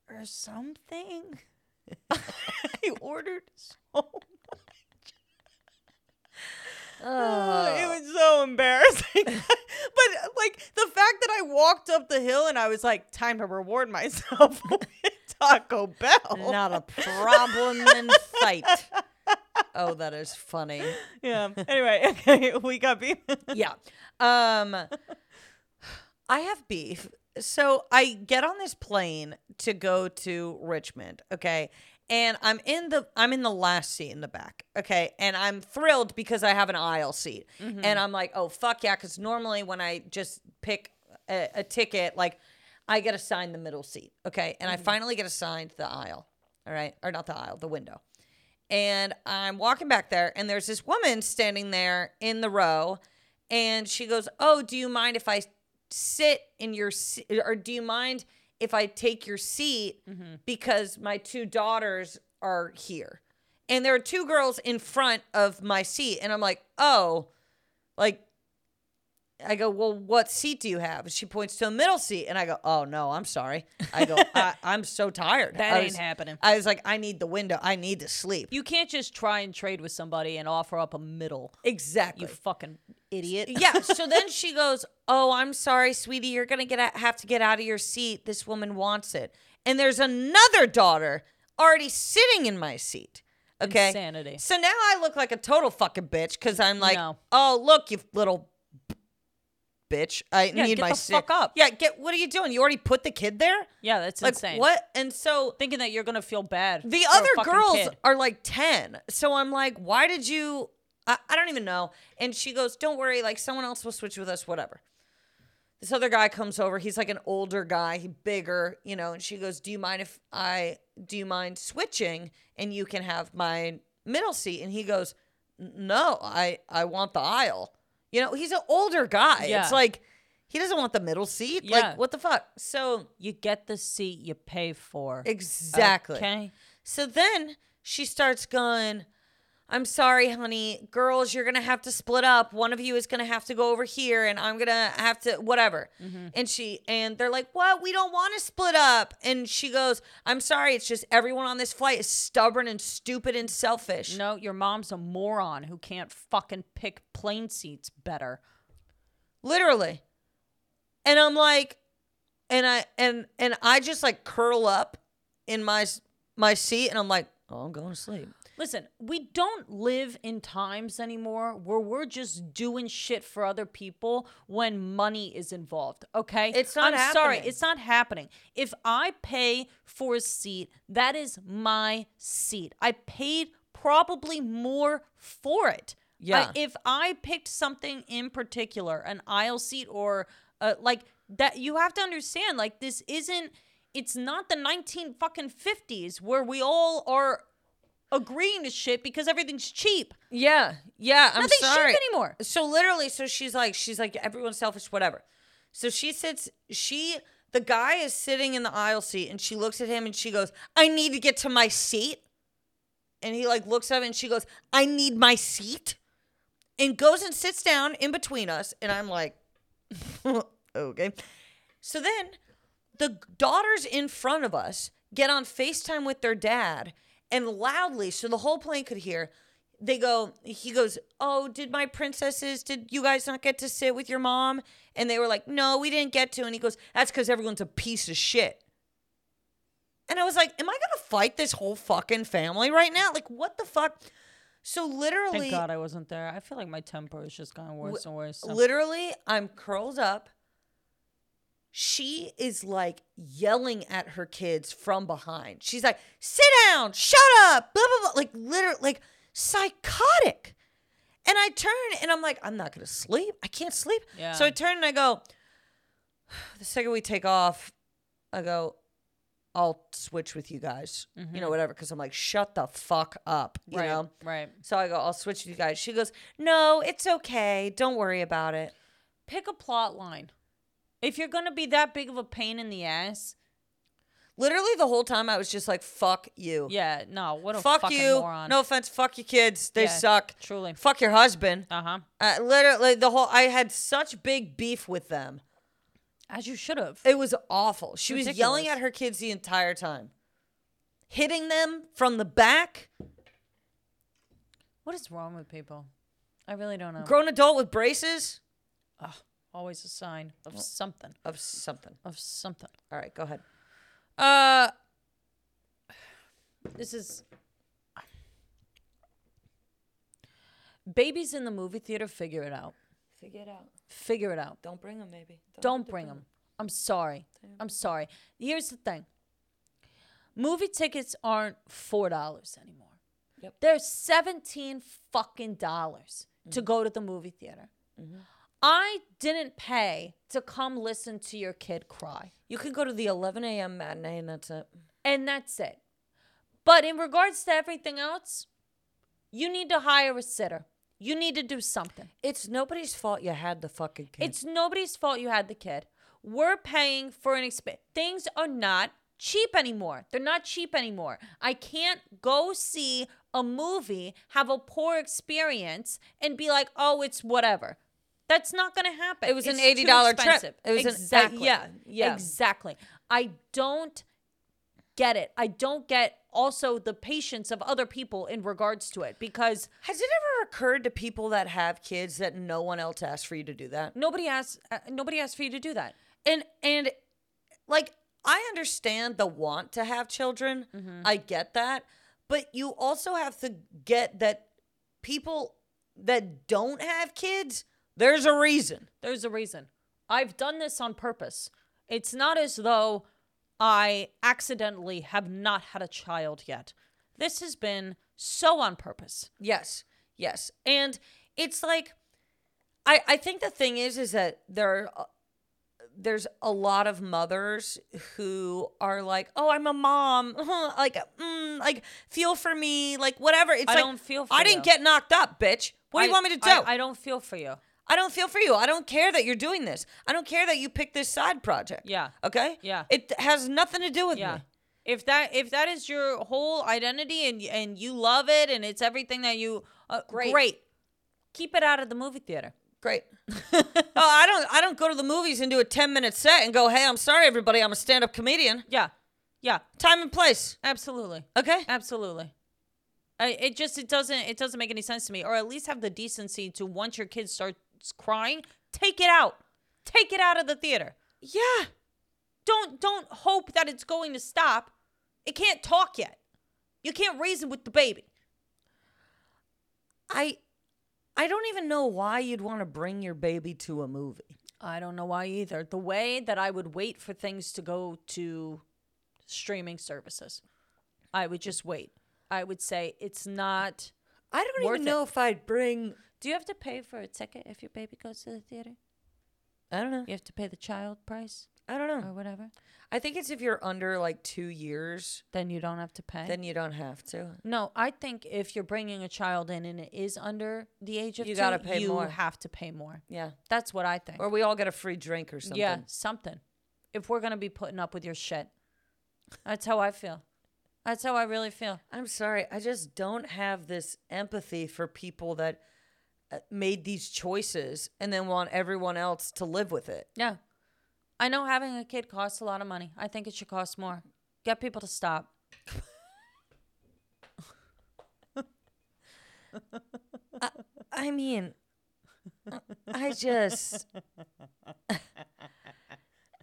[SPEAKER 2] or something. I ordered so
[SPEAKER 1] Oh.
[SPEAKER 2] [laughs] it was so embarrassing. [laughs] but like the fact that I walked up the hill and I was like, time to reward myself [laughs] with Taco Bell.
[SPEAKER 1] Not a problem in sight. Oh, that is funny.
[SPEAKER 2] Yeah. Anyway, [laughs] okay, we got beef.
[SPEAKER 1] Yeah. Um I have beef. So I get on this plane to go to Richmond, okay? And I'm in the I'm in the last seat in the back, okay? And I'm thrilled because I have an aisle seat. And I'm like, "Oh fuck yeah, cuz normally when I just pick a, a ticket like I get assigned the middle seat, okay? And I finally get assigned the aisle. All right? Or not the aisle, the window and I'm walking back there, and there's this woman standing there in the row, and she goes, "Oh, do you mind if I sit in your se- or do you mind if I take your seat
[SPEAKER 2] Mm-hmm.
[SPEAKER 1] because my two daughters are here?" And there are two girls in front of my seat, and I'm like, "Oh, like." I go, well, what seat do you have? And she points to a middle seat, and I go, oh no, I'm sorry. I
[SPEAKER 2] [laughs]
[SPEAKER 1] go, I, I'm so tired.
[SPEAKER 2] That
[SPEAKER 1] I
[SPEAKER 2] ain't
[SPEAKER 1] was-
[SPEAKER 2] happening.
[SPEAKER 1] I was like, I need the window. I need to sleep.
[SPEAKER 2] You can't just try and trade with somebody and offer up a middle.
[SPEAKER 1] Exactly.
[SPEAKER 2] You fucking idiot.
[SPEAKER 1] yeah. So
[SPEAKER 2] [laughs]
[SPEAKER 1] then she goes, "Oh, I'm sorry, sweetie. You're gonna get out, have to get out of your seat. This woman wants it." And there's another daughter already sitting in my seat. Okay.
[SPEAKER 2] Insanity.
[SPEAKER 1] So now I look like a total fucking bitch because I'm like,
[SPEAKER 2] No.
[SPEAKER 1] "Oh, look, you little bitch. I
[SPEAKER 2] Yeah,
[SPEAKER 1] need
[SPEAKER 2] get
[SPEAKER 1] my
[SPEAKER 2] the
[SPEAKER 1] sick-
[SPEAKER 2] fuck up.
[SPEAKER 1] Yeah, get what are you doing? You already put the kid there?
[SPEAKER 2] Yeah, that's
[SPEAKER 1] like
[SPEAKER 2] insane.
[SPEAKER 1] what? And so
[SPEAKER 2] Thinking that you're gonna feel bad.
[SPEAKER 1] the
[SPEAKER 2] for a
[SPEAKER 1] other
[SPEAKER 2] fucking
[SPEAKER 1] girls
[SPEAKER 2] kid.
[SPEAKER 1] are like 10. So I'm like, why did you? I, I don't even know. And she goes, don't worry. Like, someone else will switch with us, whatever. This other guy comes over. He's like an older guy, he bigger, you know. And she goes, do you mind if I, do you mind switching and you can have my middle seat? And he goes, "N- no, I, I want the aisle. You know, he's an older guy.
[SPEAKER 2] Yeah.
[SPEAKER 1] It's like, he doesn't want the middle seat.
[SPEAKER 2] Yeah. Uh,
[SPEAKER 1] Like, what the fuck? So,
[SPEAKER 2] You get the seat you pay for.
[SPEAKER 1] exactly.
[SPEAKER 2] Okay.
[SPEAKER 1] So then she starts going, I'm sorry, honey. Girls, you're going to have to split up. One of you is going to have to go over here, and I'm going to have to, whatever. And she, and they're like, What? We don't want to split up. And she goes, I'm sorry. It's just everyone on this flight is stubborn and stupid and selfish.
[SPEAKER 2] No, your mom's a moron who can't fucking pick plane seats better.
[SPEAKER 1] Literally. And I'm like, and I, and, and I just like curl up in my, s- my seat, and I'm like, Oh, I'm going to sleep.
[SPEAKER 2] Listen, we don't live in times anymore where we're just doing shit for other people when money is involved. Okay?
[SPEAKER 1] It's not
[SPEAKER 2] I'm sorry,
[SPEAKER 1] happening.
[SPEAKER 2] it's not happening. If I pay for a seat, that is my seat. I paid probably more for it. I-
[SPEAKER 1] Yeah.
[SPEAKER 2] if I picked something in particular, an aisle seat or uh, like that, you have to understand, like this isn't. It's not the nineteen fucking fifties where we all are agreeing to shit because everything's cheap.
[SPEAKER 1] Yeah. Yeah. I'm
[SPEAKER 2] Nothing's
[SPEAKER 1] sorry.
[SPEAKER 2] cheap anymore.
[SPEAKER 1] So literally, so she's like, she's like, everyone's selfish, whatever. So she sits, she, the guy is sitting in the aisle seat and she looks at him and she goes, I need to get to my seat. And he like looks up and she goes, I need my seat. And goes and sits down in between us. And I'm like, [laughs] okay. So then the daughters in front of us get on FaceTime with their dad and loudly, so the whole plane could hear, they go, he goes, Oh, did my princesses, did you guys not get to sit with your mom? And they were like, No, we didn't get to. And he goes, That's because everyone's a piece of shit. And I was like, Am I going to fight this whole fucking family right now? Like, what the fuck? So literally.
[SPEAKER 2] Thank God I wasn't there. I feel like my temper is just gotten worse and worse. so-
[SPEAKER 1] Literally, I'm curled up. She is like yelling at her kids from behind. She's like, sit down, shut up, blah, blah, blah. Like, literally, like psychotic. And I turn and I'm like, I'm not going to sleep. I can't sleep.
[SPEAKER 2] Yeah.
[SPEAKER 1] So I turn and I go, [sighs] the second we take off, I go, I'll switch with you guys, you know, whatever. Cause I'm like, shut the fuck up, you
[SPEAKER 2] Mm-hmm. right,
[SPEAKER 1] know?
[SPEAKER 2] right.
[SPEAKER 1] So I go, I'll switch with you guys. She goes, No, it's okay. Don't worry about it.
[SPEAKER 2] Pick a plot line. If you're gonna be that big of a pain in the ass,
[SPEAKER 1] Literally the whole time I was just like, fuck you.
[SPEAKER 2] yeah, no, what a
[SPEAKER 1] fuck
[SPEAKER 2] fucking
[SPEAKER 1] you.
[SPEAKER 2] moron.
[SPEAKER 1] No offense. Fuck your kids. They
[SPEAKER 2] Yeah,
[SPEAKER 1] suck.
[SPEAKER 2] truly.
[SPEAKER 1] Fuck your husband.
[SPEAKER 2] Uh huh.
[SPEAKER 1] Uh, literally the whole I had such big beef with them.
[SPEAKER 2] As you should have.
[SPEAKER 1] It was awful. She was yelling
[SPEAKER 2] Ridiculous.
[SPEAKER 1] at her kids the entire time. Hitting them from the back.
[SPEAKER 2] What is wrong with people? I really don't know.
[SPEAKER 1] Grown adult with braces.
[SPEAKER 2] Ugh, always a sign of something.
[SPEAKER 1] Of something.
[SPEAKER 2] Of something.
[SPEAKER 1] All right, go ahead.
[SPEAKER 2] Uh, this is [sighs] babies in the movie theater. Figure it out.
[SPEAKER 1] Figure it out.
[SPEAKER 2] Figure it out.
[SPEAKER 1] Don't bring them, maybe.
[SPEAKER 2] Don't bring them. I'm sorry. I'm sorry. Here's the thing. Movie tickets aren't four dollars anymore.
[SPEAKER 1] Yep.
[SPEAKER 2] They're seventeen fucking dollars to go to the movie theater. I didn't pay to come listen to your kid cry.
[SPEAKER 1] You can go to the 11 a.m. matinee and that's it.
[SPEAKER 2] and that's it. But in regards to everything else, you need to hire a sitter. You need to do something.
[SPEAKER 1] It's nobody's fault you had the fucking kid.
[SPEAKER 2] It's nobody's fault you had the kid. We're paying for an expense. Things are not cheap anymore. They're not cheap anymore. I can't go see a movie, have a poor experience, and be like, oh, it's whatever. That's not going to happen.
[SPEAKER 1] It was an
[SPEAKER 2] It's too
[SPEAKER 1] $80 trip.
[SPEAKER 2] expensive.
[SPEAKER 1] It was an- uh,
[SPEAKER 2] exactly.
[SPEAKER 1] yeah, yeah.
[SPEAKER 2] Exactly. I don't get it. I don't get also the patience of other people in regards to it because
[SPEAKER 1] Has it ever occurred to people that have kids that no one else asked for you to do that?
[SPEAKER 2] nobody asks. Uh, nobody asked for you to do that.
[SPEAKER 1] And and like I understand the want to have children. I get that. But you also have to get that people that don't have kids, there's a reason.
[SPEAKER 2] There's a reason. I've done this on purpose. It's not as though I accidentally have not had a child yet. This has been so on purpose.
[SPEAKER 1] Yes. Yes. And it's like I I think the thing is is that there are- there's a lot of mothers who are like, "Oh, I'm a mom." [laughs] like, mm, like feel for me, like whatever. It's
[SPEAKER 2] I
[SPEAKER 1] like
[SPEAKER 2] don't feel for
[SPEAKER 1] I didn't
[SPEAKER 2] you.
[SPEAKER 1] get knocked up, bitch. What do you
[SPEAKER 2] I-
[SPEAKER 1] want me to do?
[SPEAKER 2] I- I don't feel for you.
[SPEAKER 1] I don't feel for you. I don't care that you're doing this. I don't care that you picked this side project.
[SPEAKER 2] Yeah.
[SPEAKER 1] Okay?
[SPEAKER 2] Yeah.
[SPEAKER 1] It has nothing to do with
[SPEAKER 2] Yeah.
[SPEAKER 1] me.
[SPEAKER 2] If that if that is your whole identity and and you love it and it's everything that you uh,
[SPEAKER 1] Great.
[SPEAKER 2] great. Keep it out of the movie
[SPEAKER 1] [laughs]
[SPEAKER 2] theater. [laughs]
[SPEAKER 1] Great. oh, I don't I don't go to the movies and do a 10-minute set and go, "Hey, I'm sorry everybody, I'm a stand-up comedian."
[SPEAKER 2] Yeah. Yeah.
[SPEAKER 1] Time and place.
[SPEAKER 2] Absolutely.
[SPEAKER 1] Okay?
[SPEAKER 2] Absolutely. I, it just it doesn't it doesn't make any sense to me or at least have the decency to once your kid starts crying, take it out. Take it out of the theater.
[SPEAKER 1] Yeah.
[SPEAKER 2] Don't don't hope that it's going to stop. It can't talk yet. You can't reason with the baby.
[SPEAKER 1] I I don't even know why you'd want to bring your baby to a movie.
[SPEAKER 2] I don't know why either. The way that I would wait for things to go to streaming services, I would just wait. I would say it's not.
[SPEAKER 1] I don't
[SPEAKER 2] Worth
[SPEAKER 1] even know if I'd bring
[SPEAKER 2] Do you have to pay for a ticket if your baby goes to the theater?
[SPEAKER 1] I don't know. Oh.
[SPEAKER 2] You have to pay the child price
[SPEAKER 1] I
[SPEAKER 2] [laughs]
[SPEAKER 1] don't know.
[SPEAKER 2] or whatever.
[SPEAKER 1] I think it's if you're under like 2 years,
[SPEAKER 2] Then you don't have to pay.
[SPEAKER 1] then you don't have to.
[SPEAKER 2] no, I think if you're bringing a child in and it is under the age of
[SPEAKER 1] You
[SPEAKER 2] two,
[SPEAKER 1] gotta pay
[SPEAKER 2] you
[SPEAKER 1] more.
[SPEAKER 2] have to pay more.
[SPEAKER 1] Yeah.
[SPEAKER 2] That's what I think.
[SPEAKER 1] Or we all get a free drink or something.
[SPEAKER 2] Yeah, something. If we're gonna be putting up with your shit, that's how I feel. That's how I really feel.
[SPEAKER 1] I'm sorry. I just don't have this empathy for people that uh, made these choices and then want everyone else to live with it.
[SPEAKER 2] Yeah. I know having a kid costs a lot of money. I think it should cost more. Get people to stop.
[SPEAKER 1] I mean, [laughs] I just.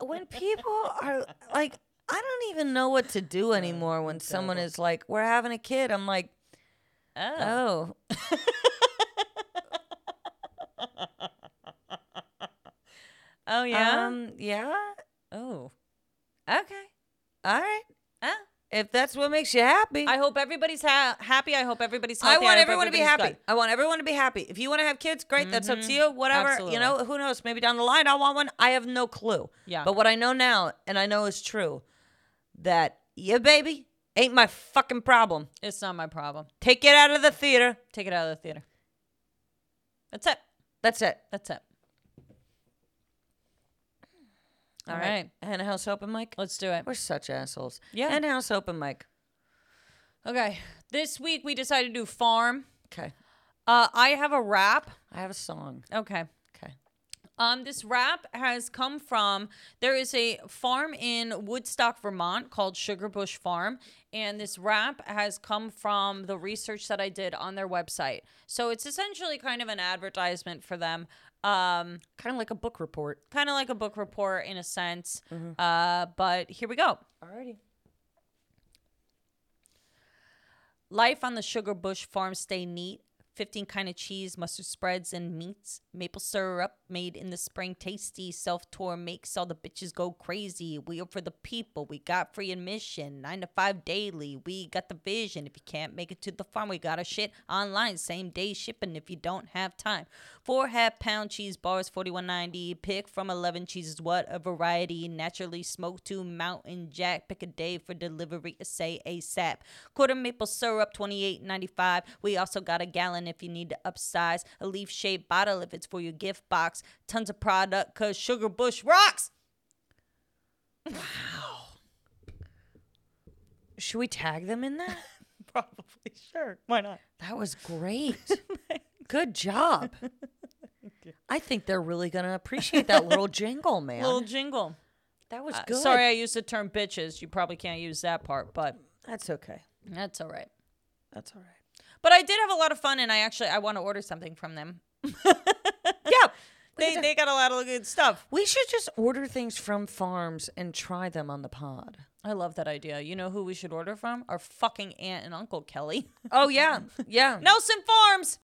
[SPEAKER 1] when people are like, I don't even know what to [laughs] do anymore when someone is like, we're having a kid. I'm like,
[SPEAKER 2] [laughs] Oh.
[SPEAKER 1] oh,
[SPEAKER 2] [laughs] Oh
[SPEAKER 1] yeah. Um, yeah.
[SPEAKER 2] oh.
[SPEAKER 1] Okay. All right.
[SPEAKER 2] Uh,
[SPEAKER 1] If that's what makes you happy.
[SPEAKER 2] I hope everybody's ha- happy. I hope everybody's
[SPEAKER 1] I
[SPEAKER 2] healthy.
[SPEAKER 1] want
[SPEAKER 2] hope
[SPEAKER 1] everyone to be
[SPEAKER 2] everybody's
[SPEAKER 1] happy.
[SPEAKER 2] good. Mm-hmm.
[SPEAKER 1] I want everyone to be happy. If you want to have kids, great. That's up to you. Whatever.
[SPEAKER 2] Absolutely.
[SPEAKER 1] You know, who knows? Maybe down the line I'll want one. I have no clue.
[SPEAKER 2] Yeah.
[SPEAKER 1] But what I know now, and I know is true, that your baby ain't my fucking problem.
[SPEAKER 2] It's not my problem.
[SPEAKER 1] Take it out of the theater.
[SPEAKER 2] Take it out of the theater. That's it.
[SPEAKER 1] That's it.
[SPEAKER 2] That's it. All
[SPEAKER 1] All
[SPEAKER 2] right.
[SPEAKER 1] Hen house open mic.
[SPEAKER 2] Let's do it.
[SPEAKER 1] We're such assholes.
[SPEAKER 2] Yeah.
[SPEAKER 1] Hen house open mic.
[SPEAKER 2] Okay. This week we decided to do farm.
[SPEAKER 1] Okay.
[SPEAKER 2] Uh, I have a wrap.
[SPEAKER 1] I have a song.
[SPEAKER 2] Okay.
[SPEAKER 1] Okay.
[SPEAKER 2] Um, this wrap has come from there is a farm in Woodstock, Vermont called Sugarbush Farm, and this wrap has come from the research that I did on their website. So it's essentially kind of an advertisement for them. Um,
[SPEAKER 1] Kind of like a book report.
[SPEAKER 2] kind of like a book report in a sense. Uh, but here we go.
[SPEAKER 1] Alrighty.
[SPEAKER 2] Life on the Sugar Bush farm stay neat. 15 kind of cheese, mustard spreads, and meats. Maple syrup made in the spring tasty. Self tour makes all the bitches go crazy. We are for the people. We got free admission. Nine to five daily. We got the vision. If you can't make it to the farm, we got our shit online. Same day shipping if you don't have time. Four half pound cheese bars, 41.90. Pick from 11 cheeses. What a variety. Naturally smoked to Mountain Jack. Pick a day for delivery. Say ASAP. Quarter maple syrup, 28.95. We also got a gallon if you need to upsize. A leaf shaped bottle if it's for your gift box. Tons of product because Sugar Bush rocks.
[SPEAKER 1] Should we tag them in that?
[SPEAKER 2] [laughs] Probably, sure. Why not?
[SPEAKER 1] That
[SPEAKER 2] [laughs]
[SPEAKER 1] was great. Good job. I think they're really going to appreciate that little jingle, man.
[SPEAKER 2] Little jingle.
[SPEAKER 1] that was
[SPEAKER 2] Uh,
[SPEAKER 1] good.
[SPEAKER 2] sorry, I used the term bitches. You probably can't use that part, but
[SPEAKER 1] That's okay.
[SPEAKER 2] that's all right.
[SPEAKER 1] That's all right.
[SPEAKER 2] But I did have a lot of fun, and I actually I want to order something from them. [laughs]
[SPEAKER 1] Yeah. [laughs]
[SPEAKER 2] They they got a lot of good stuff.
[SPEAKER 1] We should just order things from farms and try them on
[SPEAKER 2] [laughs]
[SPEAKER 1] the pod.
[SPEAKER 2] I love that idea. You know who we should order from? Our fucking aunt and uncle Kelly,
[SPEAKER 1] Oh, yeah. Yeah.
[SPEAKER 2] [laughs] Nelson Farms.